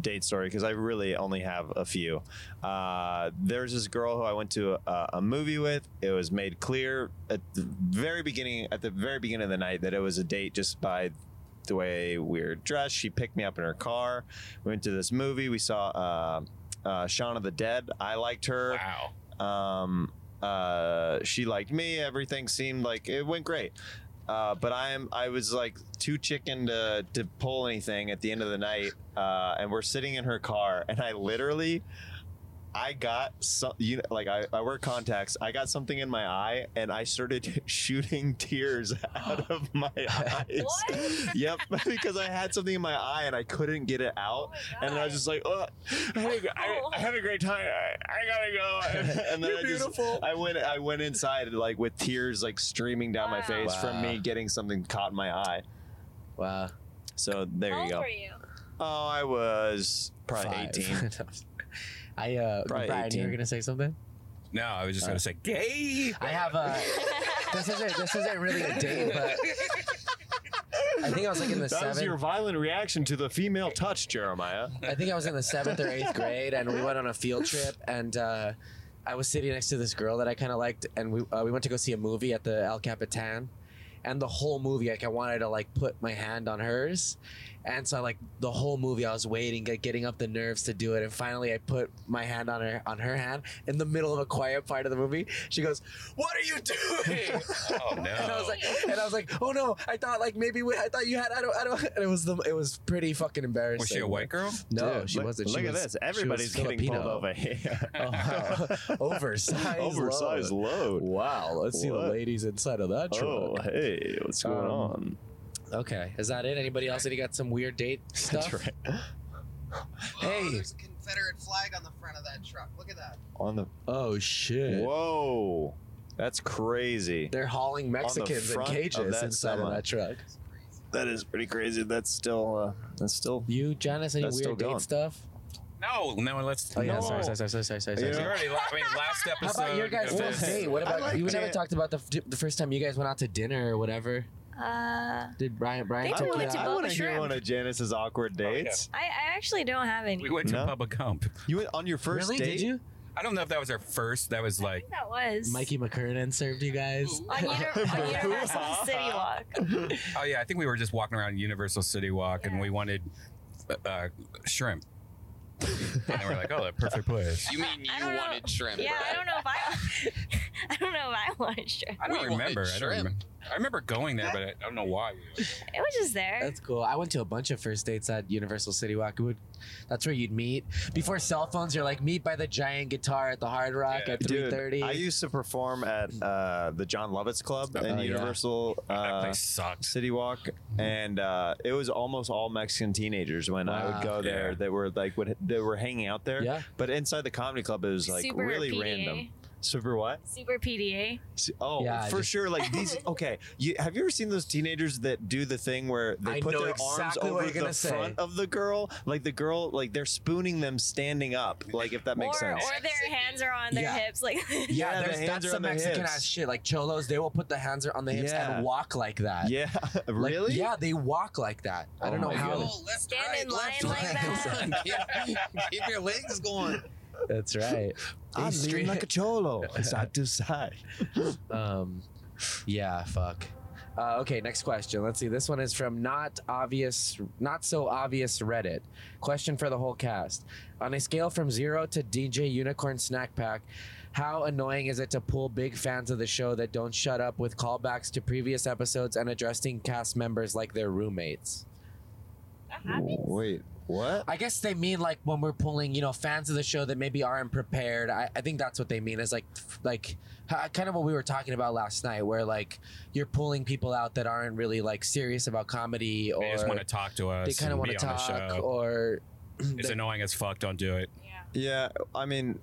G: date story because I really only have a few. Uh, there's this girl who I went to a, a movie with. It was made clear at the very beginning, at the very beginning of the night, that it was a date just by the way we were dressed. She picked me up in her car. We went to this movie. We saw uh, uh, Shaun of the Dead. I liked her
E: Wow.
G: um uh she liked me everything seemed like it went great uh, but I'm I was like too chicken to, to pull anything at the end of the night, uh, and we're sitting in her car, and I literally, I got some you know, like I, I wear contacts, I got something in my eye, and I started shooting tears out of my eyes.
F: What?
G: Yep, because I had something in my eye and I couldn't get it out,
F: Oh my god.
G: and then I was just like, oh, I had a, gr- I, I had a great time. I, I gotta go. And then I just, I went, I went inside like with tears like streaming down my
F: Wow.
G: face from me
D: Wow.
G: getting something caught in my eye.
D: wow,
G: So there
F: How
G: you
F: old
G: go.
F: were you?
G: Oh, I was probably
D: Five.
G: eighteen.
D: I uh,
G: Probably
D: Brian, you were
G: 18.
D: gonna say something.
E: No, I was just
G: Uh,
E: gonna say gay.
D: I have a. This isn't this isn't really a date, but I think I was like in the
G: That was
D: seventh.
G: your violent reaction to the female touch, Jeremiah.
D: I think I was in the seventh or eighth grade, and we went on a field trip, and uh, I was sitting next to this girl that I kind of liked, and we uh, we went to go see a movie at the El Capitan, and the whole movie, like I wanted to like put my hand on hers, and so like the whole movie I was waiting, like, getting up the nerves to do it, and finally I put my hand on her on her hand in the middle of a quiet part of the movie. She goes, "What are you doing?"
E: Oh
D: And I
E: no.
D: was like, and I was like, oh no! I thought like maybe we, I thought you had I don't I don't. And it was the it was pretty fucking embarrassing.
E: was she a white girl?
D: No,
G: Dude,
D: she
G: look,
D: wasn't.
G: Look
D: she
G: at
D: was,
G: this.
D: she was
G: Everybody's getting
D: Filipino.
G: pulled over here.
D: Oh, wow. Oversized.
G: Oversized load.
D: load. Wow. Let's see the
G: What?
D: ladies inside of that
G: Oh,
D: truck.
G: hey, what's going
D: Um,
G: on?
D: Okay. Is that it? Anybody else? Any got some weird date stuff?
G: That's right.
B: Whoa,
D: Hey.
B: There's a Confederate flag on the front of that truck. Look at that.
G: On the
D: Oh shit.
G: whoa, that's crazy.
D: They're hauling Mexicans in
G: front of
D: cages
G: that
D: inside of
G: semi.
D: that truck.
B: It's crazy.
G: That is pretty crazy. That's still uh, that's still.
D: You, Janice, any
G: That's still
D: weird date
G: gone.
D: stuff?
E: No, no. Let's.
D: Oh yeah,
E: no.
D: sorry, sorry, sorry, sorry, sorry, sorry.
G: You
E: We
D: sorry.
G: know,
E: already la- I mean, last
D: How
E: episode.
D: about your guys'
E: of
D: first
E: this-
D: date? What
G: I
D: about
G: like
D: you? Never
G: it.
D: talked about the f- the first time you guys went out to dinner or whatever.
F: Uh,
D: Did Brian? Brian
F: They
D: took
F: went
D: you
F: to
D: out?
F: Bubba
G: wanna hear
F: Shrimp.
G: one of Janice's awkward
E: yeah.
G: dates.
F: I, I actually don't have any.
E: We went to
G: No?
E: Bubba Gump.
G: You went on your first
D: really?
G: date.
D: Did you?
E: I don't know if that was our first. That was
F: I
E: like
F: think that was
D: Mikey McKernan served you guys.
B: Ooh.
F: on, Uni- on Universal City Walk.
E: Oh yeah, I think we were just walking around Universal City Walk, and we wanted uh, uh, shrimp. and we're like, oh, that perfect place.
B: You mean you
F: I don't know.
B: wanted shrimp,
F: Yeah, I
B: right?
F: don't know if I, I don't know if I want shrimp.
E: I don't
B: We want
E: remember. I don't
B: shrimp.
E: remember. I remember going there, but I don't know why.
F: It was just there.
D: That's cool. I went to a bunch of first dates at Universal City Walk. It would- That's where you'd meet. Before cell phones, you're like, meet by the giant guitar at the Hard Rock
E: Yeah.
D: at
G: Dude,
D: 3.30.
G: I used to perform at uh, the John Lovitz Club
D: Oh,
G: in
D: yeah.
G: Universal
E: that
G: uh,
E: place sucks.
G: City Walk, and uh, it was almost all Mexican teenagers when I
D: Wow.
G: would go there
E: Yeah.
G: that were like would that were hanging out there.
D: yeah.
G: But inside the comedy club, it was like
F: Super
G: really
F: PDA.
G: random. Super what?
F: Super PDA.
G: S- Oh,
D: Yeah,
G: for
D: just-
G: sure. Like these. Okay, you, have you ever seen those teenagers that do the thing where they
D: I
G: put
D: know
G: their arms
D: exactly what
G: over
D: you're
G: the
D: gonna
G: front
D: say.
G: of the girl? Like the girl, like they're spooning them standing up. Like if that makes
F: or,
G: sense.
F: or their hands are on their
D: Yeah.
F: hips. Like
D: Yeah,
G: Yeah, the
D: there's,
G: hands
D: that's
G: are
D: some
G: on the
D: Mexican
G: hips.
D: ass shit. Like cholos, they will put the hands on the hips
G: Yeah.
D: and walk like that.
G: yeah,
D: Like,
G: really?
D: Yeah, they walk like that. I
G: Oh
D: don't know
G: my
D: how.
G: goodness.
B: left,
F: Stand in line
D: like
B: keep, keep your legs going.
D: That's right.
G: I
D: They
G: lean
D: straight-
G: like a cholo, side to side.
D: Um, yeah, fuck. Uh, okay, next question. Let's see. This one is from not obvious, not so obvious Reddit. Question for the whole cast: On a scale from zero to DJ Unicorn Snack Pack, how annoying is it to pull big fans of the show that don't shut up with callbacks to previous episodes and addressing cast members like their roommates?
F: that happens.
G: Wait, what?
D: I guess they mean like when we're pulling, you know, fans of the show that maybe aren't prepared. I, I think that's what they mean is like, like ha- kind of what we were talking about last night, where like you're pulling people out that aren't really like serious about comedy or
E: They just want to talk to us.
D: they kind of
E: want to
D: talk
E: show.
D: or
E: it's
D: they-
E: annoying as fuck. Don't do it.
F: Yeah.
G: Yeah, I mean,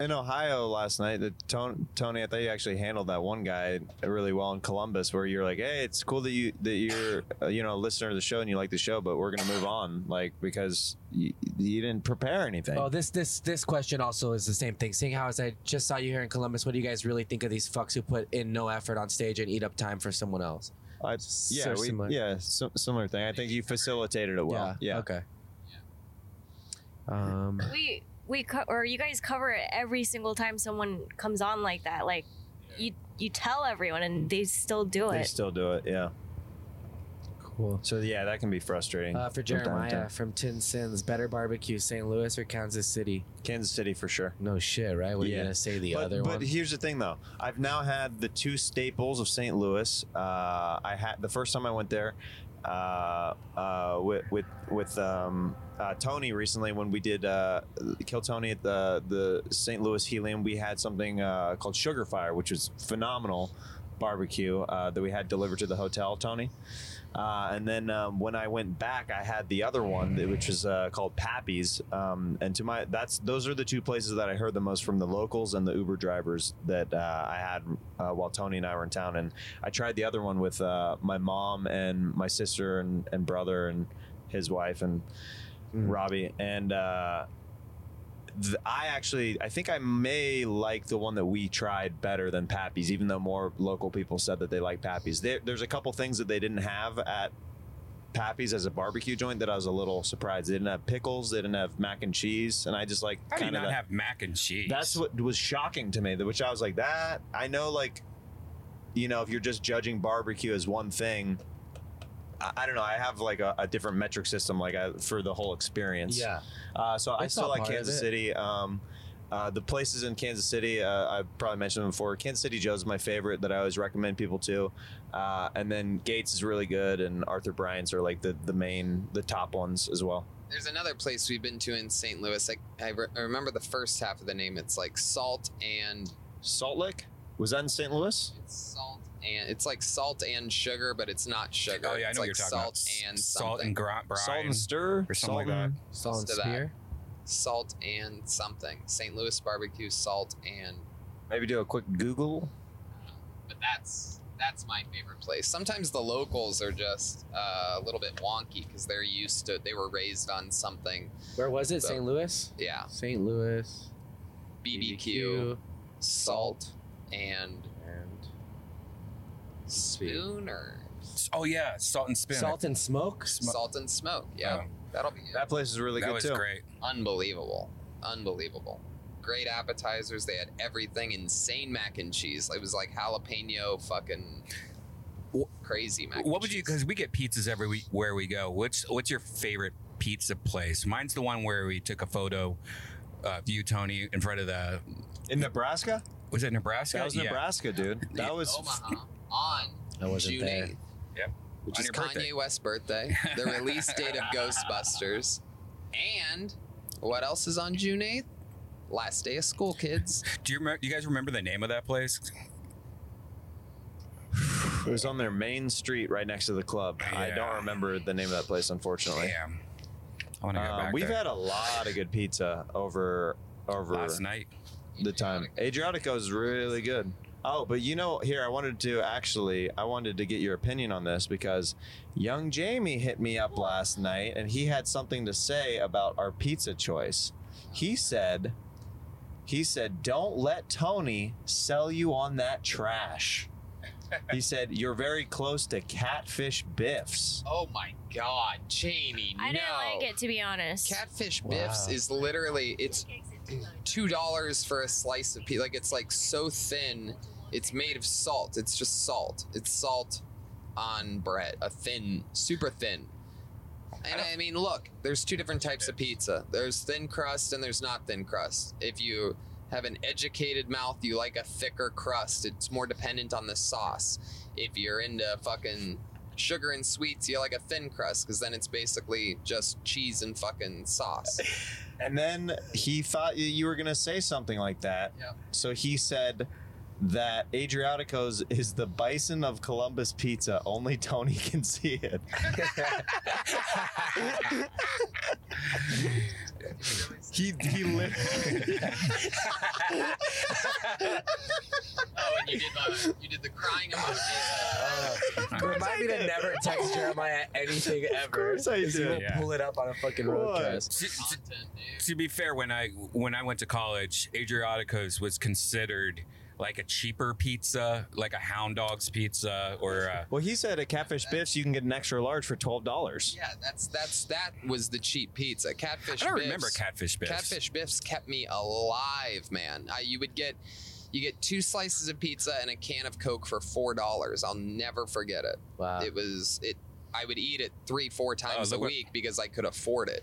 G: in Ohio last night, the Tony, Tony, I thought you actually handled that one guy really well in Columbus, where you're like, "Hey, it's cool that you that you're uh, you know a listener to the show and you like the show, but we're gonna move on, like because you, you didn't prepare anything."
D: Oh, this this this question also is the same thing. Seeing how as I just saw you here in Columbus, what do you guys really think of these fucks who put in no effort on stage and eat up time for someone else?
G: I-
D: So
G: yeah,
D: similar.
G: we, yeah, so, similar thing. I think you facilitated it well. Yeah,
D: Okay. Um.
F: We we co- or you guys cover it every single time someone comes on like that. Like you you tell everyone and they still do
G: they
F: it.
G: still do it. Yeah,
D: Cool.
G: so yeah, that can be frustrating.
D: Uh, for
G: from time to
D: Jeremiah
G: time.
D: from Tin Sins, better barbecue, St. Louis or Kansas City?
G: Kansas City for sure.
D: No shit, right? What are you
G: Yeah.
D: gonna say? The
G: but,
D: other
G: but
D: one.
G: here's the thing, though. I've now had the two staples of St. Louis. Uh, I had the first time I went there uh, uh, with with with um, uh, Tony recently when we did uh, Kill Tony at the the St. Louis Helium. We had something uh, called Sugar Fire, which was phenomenal barbecue uh, that we had delivered to the hotel, Tony. Uh, and then um, when I went back, I had the other one, that- which is uh, called Pappy's. Um, and to my, that's those are the two places that I heard the most from the locals and the Uber drivers that uh, I had uh, while Tony and I were in town. And I tried the other one with uh, my mom and my sister and, and brother and his wife and
E: Hmm.
D: Mm.
G: Robbie. And uh, th- I actually, I think I may like the one that we tried better than Pappy's, even though more local people said that they like Pappy's. There, there's a couple things that they didn't have at Pappy's as a barbecue joint that I was a little surprised. They didn't have pickles, they didn't have mac and cheese, and I just like
E: How do you
G: kinda
E: not
G: the-
E: have mac and cheese?
G: that's what was shocking to me, which I was like, that I know, like, you know, if you're just judging barbecue as one thing, I, I don't know. I have like a, a different metric system, like I, for the whole experience.
D: yeah.
G: Uh, so I
D: It's
G: still
D: all
G: like
D: part of
G: Kansas
D: it.
G: City. Um, uh, the places in Kansas City, uh, I probably mentioned them before. Kansas City Joe's is my favorite that I always recommend people to, uh, and then Gates is really good, and Arthur Bryant's are like the the main, the top ones as well.
B: There's another place we've been to in St. Louis. I, I, re- I remember the first half of the name. It's like Salt and
G: Salt Lick was that in St. Louis?
B: it's Salt and it's like Salt and Sugar, but it's not sugar.
E: Oh yeah, I
B: it's
E: know
B: like
E: what you're talking about.
B: salt
E: S-
B: and
E: salt
B: something.
E: and gra- brine.
G: Salt and Stir
E: or something like
G: Salt and-
D: Salt and
B: to that.
D: spear.
B: salt and something. St. Louis barbecue salt and
G: Maybe do a quick Google.
B: but that's that's my favorite place. Sometimes the locals are just uh, a little bit wonky because they're used to they were raised on something.
D: Where was it?
B: So-
D: St. Louis.
B: Yeah,
D: St. Louis.
B: BBQ, salt and
D: and
B: spoon or
E: Oh yeah, salt and spoon.
D: salt and smoke.
B: salt and smoke. Yeah,
E: Oh.
B: that'll be good.
G: That place is really
E: that
G: good
E: was
G: too.
E: great.
B: unbelievable, unbelievable. Great appetizers. They had everything. Insane mac and cheese. It was like jalapeno fucking crazy mac. and
E: What would you?
B: cheese.
E: Because we get pizzas every week where we go. What's What's your favorite pizza place? Mine's the one where we took a photo. Uh, view Tony in front of the
G: In Nebraska?
E: was it Nebraska?
G: That was
E: Yeah. Oh
G: Nebraska, dude.
B: Yeah,
G: That was
B: Omaha on
H: I wasn't
B: June
H: there.
B: 8th.
E: Yep.
B: Which
E: On
B: is
E: your
B: Kanye
E: birthday.
B: West's birthday, the release date of Ghostbusters, and what else is on June 8th? Last day of school, kids.
E: Do you remember? You guys remember the name of that place?
G: it was on their main street right next to the club. I
E: Yeah.
G: don't remember the name of that place, unfortunately.
E: Damn. I want to go
G: Uh,
E: back.
G: we've
E: there.
G: had a lot of good pizza over over
E: last night.
G: the time. Adriatico is really good. Oh, but you know, here I wanted to actually, I wanted to get your opinion on this because young Jamie hit me up last night and he had something to say about our pizza choice. He said, he said, don't let Tony sell you on that trash. He said, you're very close to catfish biffs.
B: Oh my God, Jamie!
F: I
B: no.
F: didn't like it to be honest.
B: Catfish
H: Wow.
B: biffs is literally it's two dollars for a slice of pizza. Like it's like so thin. It's made of salt. It's just salt. It's salt on bread. A thin, super thin. And I, mean, look, there's two different types of pizza. There's thin crust and there's not thin crust. If you have an educated mouth, you like a thicker crust. It's more dependent on the sauce. If you're into fucking sugar and sweets, you like a thin crust because then it's basically just cheese and fucking sauce.
G: And then he thought you- you were going to say something like that.
B: Yep.
G: So he said that Adriatico's is the bison of Columbus pizza. Only Tony can see it. he he literally
B: Oh, and you did the you did the crying emoji. uh,
D: Uh, Remind me to never text Jeremiah anything ever. Of
G: course I did.
D: We'll
E: Yeah.
D: pull it up on a fucking
G: What?
D: roadcast.
E: To, to-
B: Content, dude.
E: to be fair, when I when I went to college, Adriatico's was considered like a cheaper pizza, like a hound dog's pizza, or a,
G: Well, he said at Catfish Biff's you can get an extra large for twelve dollars.
B: Yeah, that's that's that was the cheap pizza. Catfish.
E: I don't
B: Biffs-
E: remember catfish biffs.
B: Catfish biffs kept me alive, man. I, you would get you get two slices of pizza and a can of Coke for four dollars. I'll never forget it.
D: Wow.
B: It was it. I would eat it three, four times
E: look
B: a
E: Oh, what-
B: week because I could afford it.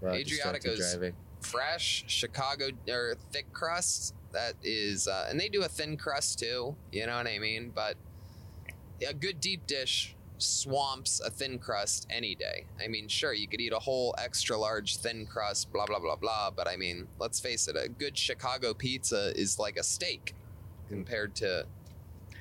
D: Wow, I just started
B: Adriatico's-
D: driving.
B: fresh Chicago or thick crust. That is, uh, and they do a thin crust too. You know what I mean? But a good deep dish swamps a thin crust any day. I mean, sure, you could eat a whole extra large thin crust, blah blah blah blah. But I mean, let's face it, a good Chicago pizza is like a steak compared to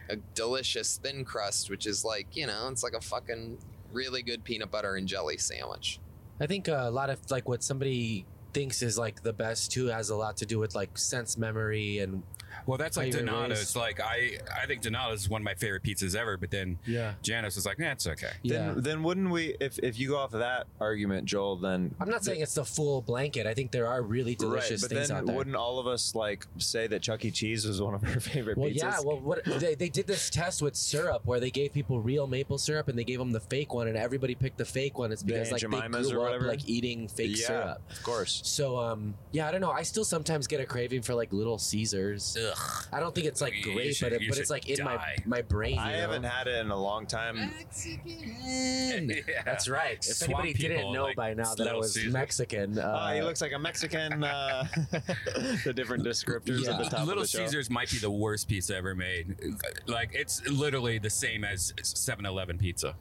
B: a delicious thin crust, which is like you know, it's like a fucking really good peanut butter and jelly sandwich.
H: I think
D: uh,
H: a lot of like what somebody thinks is like the best too has a lot to do with like sense memory and
E: Well, that's like
H: Favorite
E: Donatos.
H: ways.
E: Like I, I think Donatos is one of my favorite pizzas ever. But then
H: yeah,
E: Janice was like, "Nah, it's okay."
H: yeah.
G: Then then wouldn't we if if you go off of that argument, Joel? Then
H: I'm not saying it's the full blanket. I think there are really delicious
G: right, but
H: things
G: then
H: out there.
G: wouldn't all of us like say that Chuck E. Cheese was one of our favorite
H: Well,
G: pizzas?
H: yeah. Well, what they, they did this test with syrup where they gave people real maple syrup and they gave them the fake one, and everybody picked the fake one. It's
G: The
H: because like
G: Aunt
H: they
G: Jemimas or
H: grew up
G: whatever?
H: like eating fake
G: Yeah.
H: syrup.
G: of course.
H: So um, yeah, I don't know. I still sometimes get a craving for like Little Caesars.
E: Ugh.
H: I don't think it's like
E: You
H: great,
E: should-
H: but it,
E: you
H: but
E: should
H: it's like in my
E: die.
H: my brain. you
G: I
H: know?
G: haven't had it in a long time.
E: Mm,
B: Mexican.
E: Yeah.
H: That's right. If
E: Swamp
H: anybody didn't
E: people,
H: know
E: like,
H: by now that I
E: Little
H: was
E: Caesars.
H: Mexican, uh,
G: Uh, he looks like a Mexican. Uh, the different descriptors
H: Yeah.
G: at the top
E: Little
G: of the show.
E: Caesars might be the worst pizza ever made. Like it's literally the same as 7-Eleven pizza.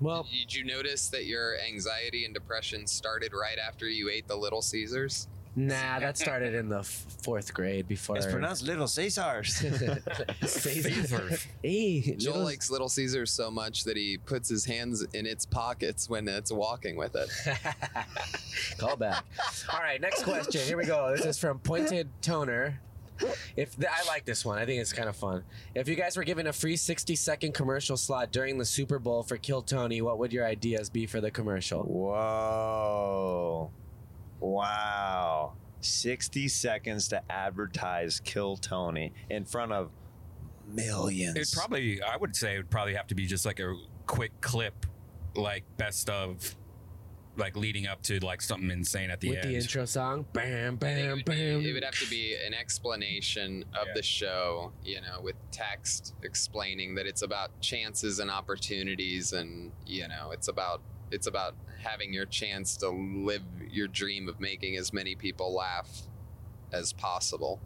H: well,
B: Did you notice that your anxiety and depression started right after you ate the Little Caesars?
H: nah, that started in the f- fourth grade before.
G: Little Caesars.
H: Caesar. hey,
B: Joel
H: little-
B: likes Little Caesars so much that he puts his hands in its pockets when it's walking with it.
H: Call back. All right, next question. Here we go. This is from Pointed Toner. If th- I like this one, I think it's kind of fun. If you guys were given a free 60 second commercial slot during the Super Bowl for Kill Tony, what would your ideas be for the commercial?
G: Whoa. Wow. 60 seconds to advertise Kill Tony in front of millions.
E: It probably, I would say, it would probably have to be just like a quick clip, like best of, like leading up to like something insane at the
H: With
E: end.
H: the intro song, bam,
B: I think
H: bam,
B: it, would
H: bam.
B: be, it would have to be an explanation of
E: Yeah.
B: the show, you know, with text explaining that it's about chances and opportunities, and you know, it's about it's about having your chance to live your dream of making as many people laugh as possible.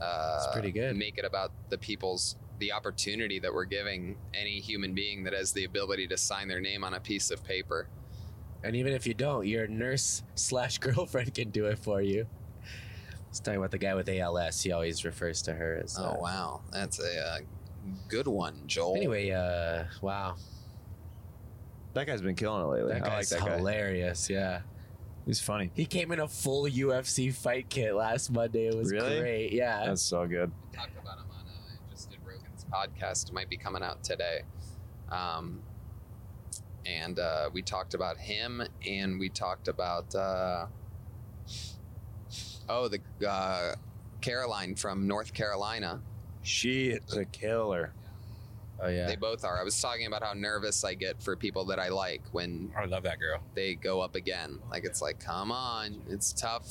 B: uh,
D: pretty good.
B: Make it about the people's the opportunity that we're giving any human being that has the ability to sign their name on a piece of paper.
D: And even if you don't, your nurse slash girlfriend can do it for you. Let's talk about the guy with ALS. He always refers to her as. uh,
B: Oh wow, that's a uh, good one, Joel.
D: Anyway, uh, wow,
G: That guy's been killing it lately.
D: that
G: I like
D: guy's
G: that guy.
D: hilarious. Yeah,
G: He's funny.
D: he came in a full UFC fight kit last Monday. It was
G: Really?
D: great. Yeah,
G: That's so good.
B: We talked about him on uh, I just did Rogan's podcast. It might be coming out today. Um, and uh, we talked about him, and we talked about uh, oh the uh, Caroline from North Carolina.
G: She is a killer.
D: oh yeah.
B: They both are. I was talking about how nervous I get for people that I like when
E: I love that girl.
B: they go up again. Like it's like, come on, it's tough.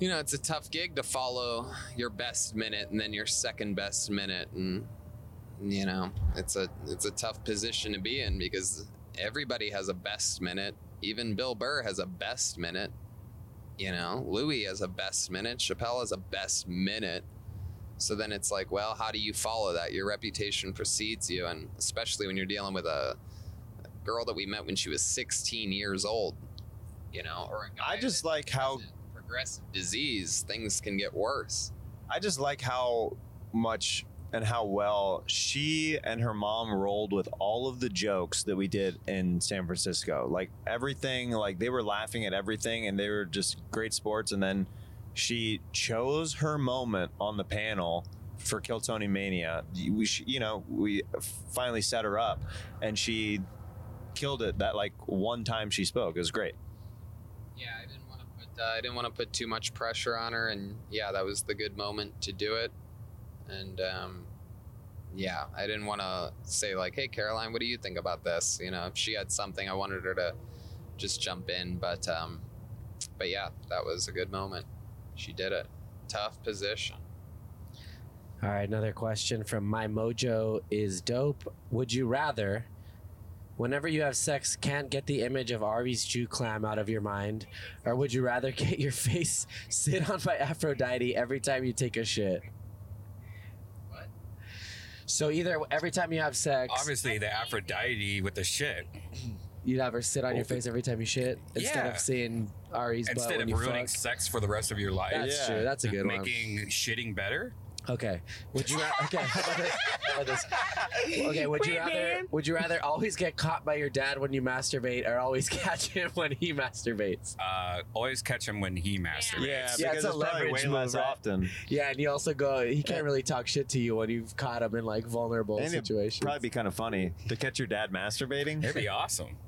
B: You know, it's a tough gig to follow your best minute and then your second best minute, and you know, it's a it's a tough position to be in because everybody has a best minute. Even Bill Burr has a best minute. You know, Louis has a best minute. Chappelle has a best minute. So then it's like, well, how do you follow that? Your reputation precedes you, and especially when you're dealing with a girl that we met when she was 16 years old, you know, or a guy
G: I just
B: that
G: like how
B: has a progressive disease, things can get worse.
G: I just like how much and how well she and her mom rolled with all of the jokes that we did in San Francisco. Like everything, like they were laughing at everything and they were just great sports. And then she chose her moment on the panel for Kill Tony Mania. We, sh- you know, we finally set her up and she killed it that like one time she spoke. It was great.
B: Yeah, I didn't want to put uh, I didn't want to put too much pressure on her, and yeah, that was the good moment to do it. And um, yeah, I didn't want to say like, "Hey, Caroline, what do you think about this?" You know, if she had something, I wanted her to just jump in. But um, but yeah, that was a good moment. She did it. Tough position.
H: All right, another question from My Mojo is dope. Would you rather, whenever you have sex, can't get the image of Arby's Jew clam out of your mind, or would you rather get your face sit on by Aphrodite every time you take a shit?
B: What?
H: So either every time you have sex,
E: Obviously, the Aphrodite with the shit.
H: you'd have her sit on your face every time you shit instead
E: Yeah.
H: of seeing Ari's butt
E: Instead of
H: when you
E: ruining
H: fuck.
E: sex for the rest of your life,
H: That's true. That's a good one.
E: making shitting better.
H: Okay. Would you ra- okay? How about this? How about this? Okay. Would you rather? Would you rather always get caught by your dad when you masturbate, or always catch him when he masturbates?
E: Uh, always catch him when he masturbates.
H: Yeah, it's a leverage move, right?
G: often.
H: Yeah, and you also go. He can't really talk shit to you when you've caught him in like vulnerable
G: And it'd
H: situations.
G: Probably be kind of funny to catch your dad masturbating.
E: It'd be awesome.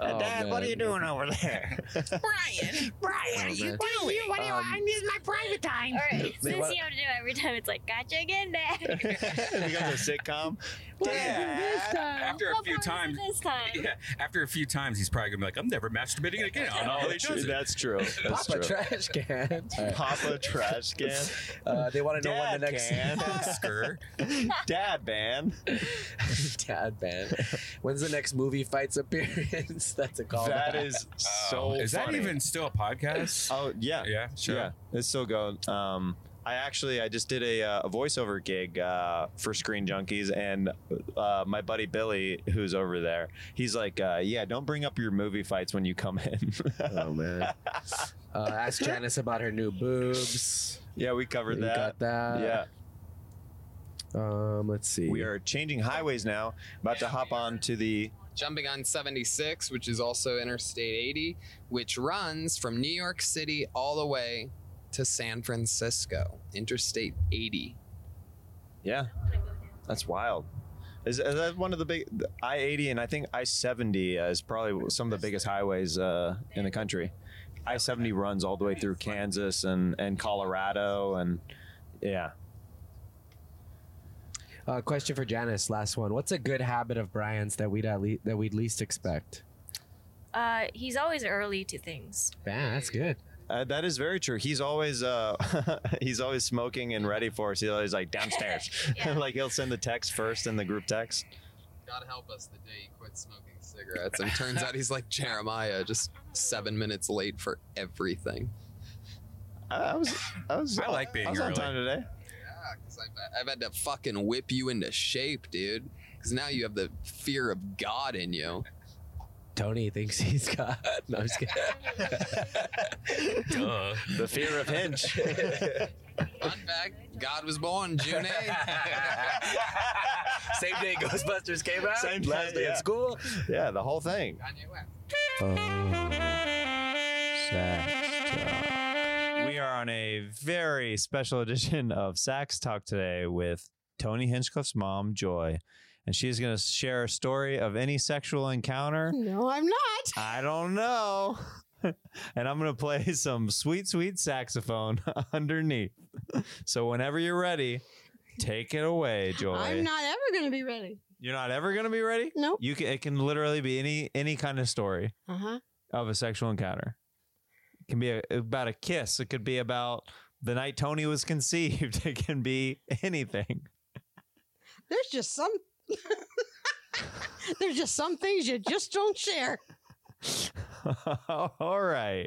H: Oh, man.
G: doing over there?
H: Oh, man.
J: What do you
H: Um,
J: I need my private time.
F: All right,
G: They
F: since
G: want-
F: you have to do it every time, it's like gotcha again, Dad.
G: we got a sitcom. Dad.
E: After a
F: What
E: few
F: part was
E: times,
F: it this time.
E: yeah, after a few times, he's probably gonna be like, "I'm never masturbating again." I don't know how he does it.
G: That's true. That's
H: Papa
G: true.
H: trash can.
G: Papa trash can.
H: Uh, they want to know when
G: Dad
H: the next
E: Oscar.
G: Dad ban.
H: dad ban. When's the next movie fights appearance? That's a call.
G: That is so.
E: Oh, is
G: funny.
E: that even still a podcast?
G: Oh yeah,
E: yeah, sure.
G: yeah. It's still going. Um, I actually I just did a, uh, a voiceover gig uh, for Screen Junkies, and uh, my buddy Billy, who's over there, he's like, uh, "Yeah, don't bring up your movie fights when you come in."
D: oh man. Uh, ask Janice about her new boobs.
G: yeah, we covered
D: You
G: that.
D: got that.
G: yeah,
D: Um, let's see.
G: we are changing highways now. About to hop on to the
B: jumping on 76, which is also Interstate 80, which runs from New York City all the way to San Francisco. Interstate 80.
G: Yeah, that's wild. Is, is that one of the big I eighty and I think I seventy is probably some of the biggest highways uh, in the country. I seventy runs all the way through Kansas and and Colorado and yeah.
H: Uh, question for Janice. Last one. What's a good habit of Brian's that we'd at le- that we'd least expect?
F: Uh, he's always early to things.
H: Yeah, that's good.
G: Uh, that is very true. He's always uh, he's always smoking and ready for us. He's always like downstairs.
F: Yeah.
G: like he'll send the text first in the group text.
B: God help us the day he quit smoking cigarettes. And turns out he's like Jeremiah, just seven minutes late for everything.
G: I was, I was.
E: I like being
G: I was on
E: early.
G: time today.
B: Yeah, because I've, I've had to fucking whip you into shape, dude. Because now you have the fear of God in you.
H: Tony thinks he's got. No, I'm just kidding.
E: Duh.
G: The fear of hinge.
B: Fun fact: God was born June 8th.
H: Same day Ghostbusters came out.
G: Same
H: last
G: day,
H: day
G: yeah.
H: at school.
G: yeah, the whole thing.
B: Kanye West.
G: We are on a very special edition of Sax Talk today with Tony Hinchcliffe's mom, Joy. And she's going to share a story of any sexual encounter.
J: No, I'm not.
G: I don't know. and I'm going to play some sweet, sweet saxophone underneath. So whenever you're ready, take it away, Joy.
J: I'm not ever going to be ready.
G: you're not ever going to be ready?
J: Nope.
G: You can, it can literally be any any kind of story
J: Uh huh.
G: of a sexual encounter. It can be a, about a kiss. It could be about the night Tony was conceived. It can be anything.
J: There's just some. There's just some things you just don't share.
G: All right.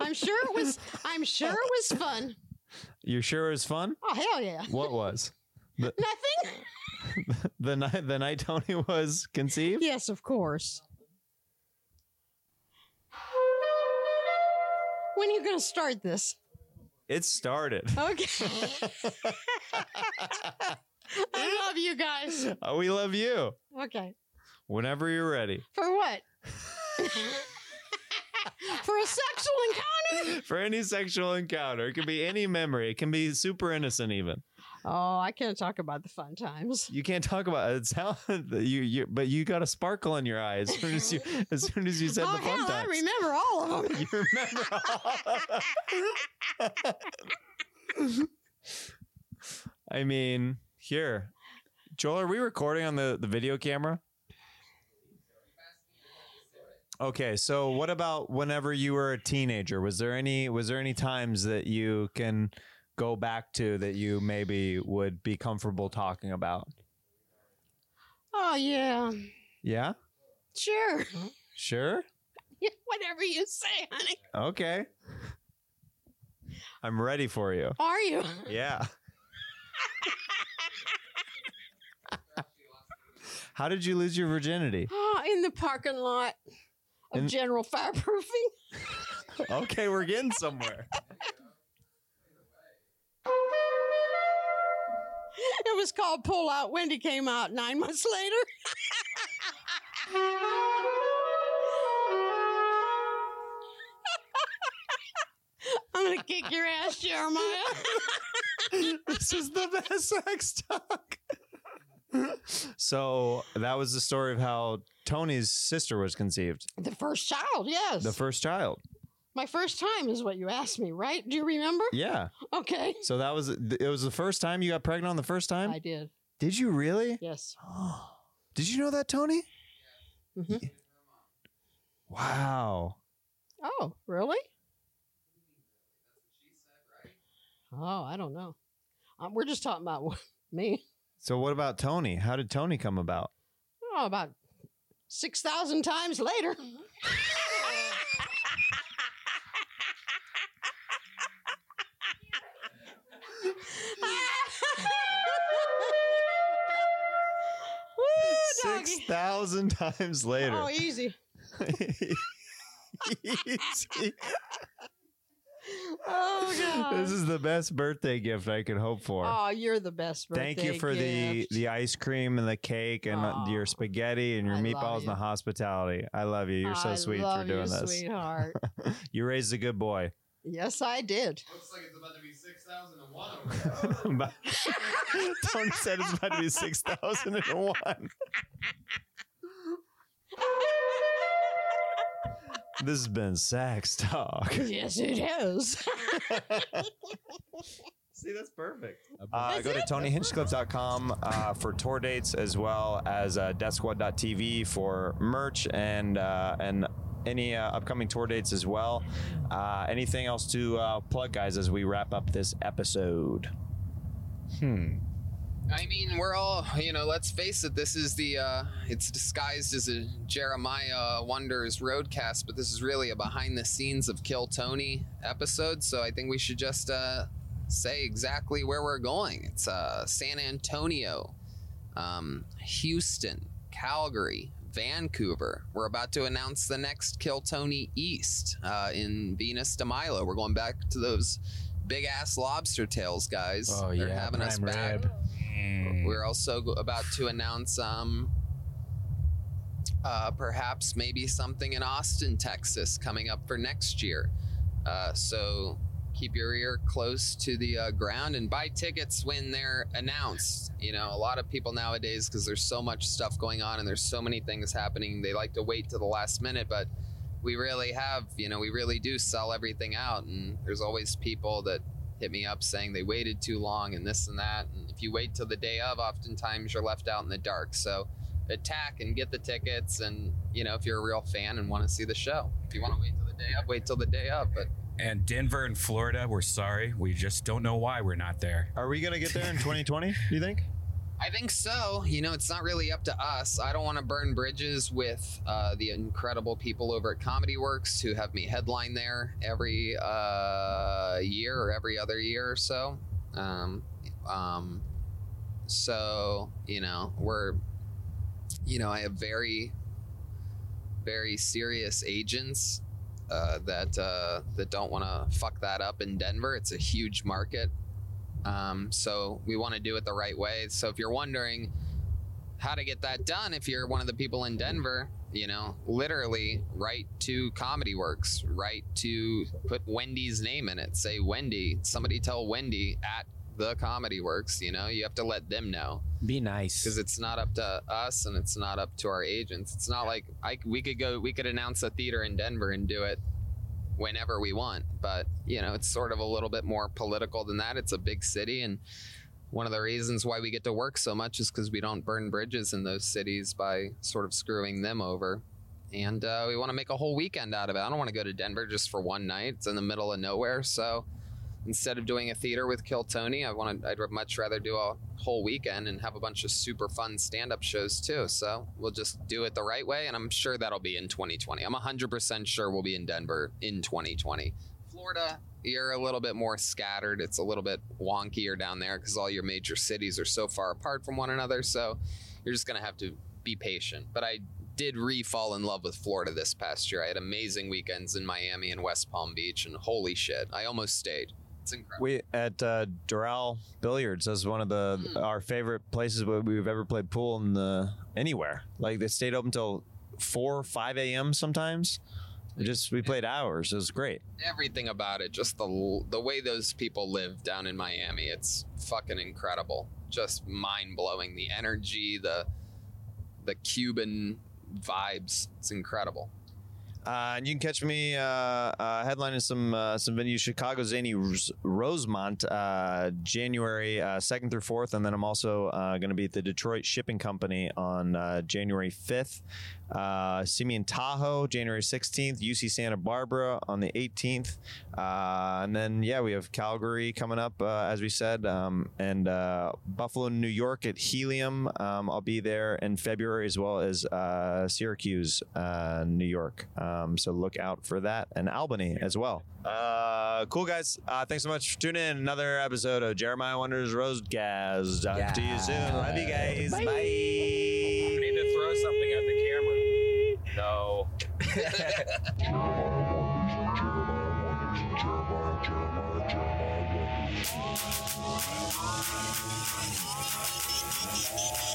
J: I'm sure it was. I'm sure it was fun.
G: You're sure it was fun?
J: Oh hell yeah!
G: What was?
J: Nothing.
G: The night the night Tony was conceived?
J: Yes, of course. When are you going to start this?
G: It started.
J: Okay. I love you guys.
G: Oh, we love you.
J: Okay.
G: Whenever you're ready.
J: For what? For a sexual encounter?
G: For any sexual encounter. It can be any memory. It can be super innocent even.
J: Oh, I can't talk about the fun times.
G: You can't talk about it. It's how you you but you got a sparkle in your eyes as soon as you as soon as you said
J: oh,
G: the fun
J: hell, I
G: times.
J: remember all of
G: You
J: them.
G: remember all of them. I mean, here. Joel, are we recording on the, the video camera? Okay, so what about whenever you were a teenager? Was there any was there any times that you can go back to that you maybe would be comfortable talking about?
J: Oh, yeah.
G: Yeah?
J: Sure.
G: Sure?
J: Whatever you say, honey.
G: Okay. I'm ready for you.
J: Are you?
G: Yeah. How did you lose your virginity?
J: Oh, in the parking lot of
G: In-
J: general fireproofing.
G: Okay, we're getting somewhere.
J: It was called Pull Out. Wendy came out nine months later. I'm gonna kick your ass, Jeremiah.
G: this is the best sex talk. so that was the story of how Tony's sister was conceived,
J: the first child, yes.
G: the first child.
J: My first time is what you asked me, right? Do you remember?
G: Yeah.
J: Okay.
G: So that was it. Was the first time you got pregnant on the first time?
J: I did.
G: did you really?
J: Yes.
G: Did you know that, Tony? Mm-hmm.
J: Mhm.
G: Wow.
J: Oh, really? Oh, I don't know. Um, we're just talking about me.
G: So what about Tony? How did Tony come about?
J: Oh, about 6,000 times later. Woo, doggy.
G: Six thousand times later.
J: Oh, easy.
G: Easy.
J: Oh, God.
G: This is the best birthday gift I could hope for.
J: oh, you're the best birthday
G: Thank you for
J: gift.
G: the the ice cream and the cake and uh,
J: Aw.
G: your spaghetti and your
J: I love
G: meatballs and
J: you.
G: the hospitality. I love you. You're so
J: I
G: sweet for
J: love
G: doing
J: you,
G: this.
J: sweetheart.
G: You raised a good boy.
J: yes, I did.
B: Looks like it's about to be six thousand and one.
G: But- Tony said it's about to be six thousand and one. This has been Sax Talk. Uh,
J: yes, it is.
G: See, that's perfect. Uh, go to TonyHinchcliffe.com uh, for tour dates as well as uh, DeathSquad.tv for merch and uh, and any uh, upcoming tour dates as well. Uh, anything else to uh, plug, guys, as we wrap up this episode?
C: Hmm.
B: I mean, we're all, you know, let's face it, this is the, uh, it's disguised as a Jeremiah Wonders roadcast, but this is really a behind the scenes of Kill Tony episode. So I think we should just uh, say exactly where we're going. It's uh, San Antonio, um, Houston, Calgary, Vancouver. We're about to announce the next Kill Tony East uh, in Venus de Milo. We're going back to those big ass lobster tails, guys.
H: Oh,
B: They're
H: yeah,
B: having us
H: prime
B: back.
H: rib.
E: Mm.
B: We're also go- about to announce um, uh, perhaps maybe something in Austin, Texas, coming up for next year. Uh, so keep your ear close to the uh, ground and buy tickets when they're announced. You know, a lot of people nowadays, because there's so much stuff going on and there's so many things happening, they like to wait to the last minute, but we really have, you know, we really do sell everything out. And there's always people that hit me up saying they waited too long and this and that. And if you wait till the day of, oftentimes you're left out in the dark. So attack and get the tickets. And, you know, if you're a real fan and want to see the show, if you want to wait till the day of, wait till the day of. But
E: And Denver and Florida, we're sorry. We just don't know why we're not there.
G: Are we gonna get there in 2020? Do you think?
B: I think so. You know, it's not really up to us. I don't want to burn bridges with uh, the incredible people over at Comedy Works who have me headline there every uh, year or every other year or so. Um, um, so, you know, we're, you know, I have very, very serious agents uh, that uh, that don't want to fuck that up in Denver. It's a huge market. Um, so we want to do it the right way. So if you're wondering how to get that done, if you're one of the people in Denver, you know, literally write to Comedy Works, write to put Wendy's name in it. Say Wendy. Somebody tell Wendy at the Comedy Works. You know, you have to let them know
H: Be nice.
B: because it's not up to us and it's not up to our agents. It's not like I we could go we could announce a theater in Denver and do it whenever we want, but you know, it's sort of a little bit more political than that. It's a big city and one of the reasons why we get to work so much is because we don't burn bridges in those cities by sort of screwing them over. And uh, we want to make a whole weekend out of it. I don't want to go to Denver just for one night. It's in the middle of nowhere. So instead of doing a theater with Kill Tony, I want to, I'd much rather do a whole weekend and have a bunch of super fun stand up shows too. So we'll just do it the right way. And I'm sure that'll be in 2020. I'm 100% sure we'll be in Denver in 2020. Florida, you're a little bit more scattered. It's a little bit wonkier down there because all your major cities are so far apart from one another. So you're just going to have to be patient. But I did re fall in love with Florida this past year. I had amazing weekends in Miami and West Palm Beach, and holy shit, I almost stayed. It's incredible.
G: We at uh, Doral Billiards. That's one of the our favorite places where we've ever played pool in the anywhere. Like they stayed open till four, five a.m. Sometimes. It just we played hours. It was great.
B: everything about it just the the way those people live down in Miami it's fucking incredible just mind blowing the energy the the Cuban vibes it's incredible
G: Uh, and you can catch me uh, uh, headlining some uh, some venues, Chicago Zany Ros- Rosemont, uh, January uh, second through fourth, and then I'm also uh, going to be at the Detroit Shipping Company on uh, January fifth. Uh, see me in Tahoe, January sixteenth. UC Santa Barbara on the eighteenth, uh, and then yeah, we have Calgary coming up, uh, as we said, um, and uh, Buffalo, New York at Helium. Um, I'll be there in February as well as uh, Syracuse, uh, New York. Um, so look out for that and Albany as well. Uh, cool, guys. Uh, thanks so much for tuning in. Another episode of Jeremiah Wonders Rosegaz. Talk to you soon. Love you guys.
H: Bye.
G: Bye.
E: We need to throw something at the camera. No.
A: Jeremiah Wonders.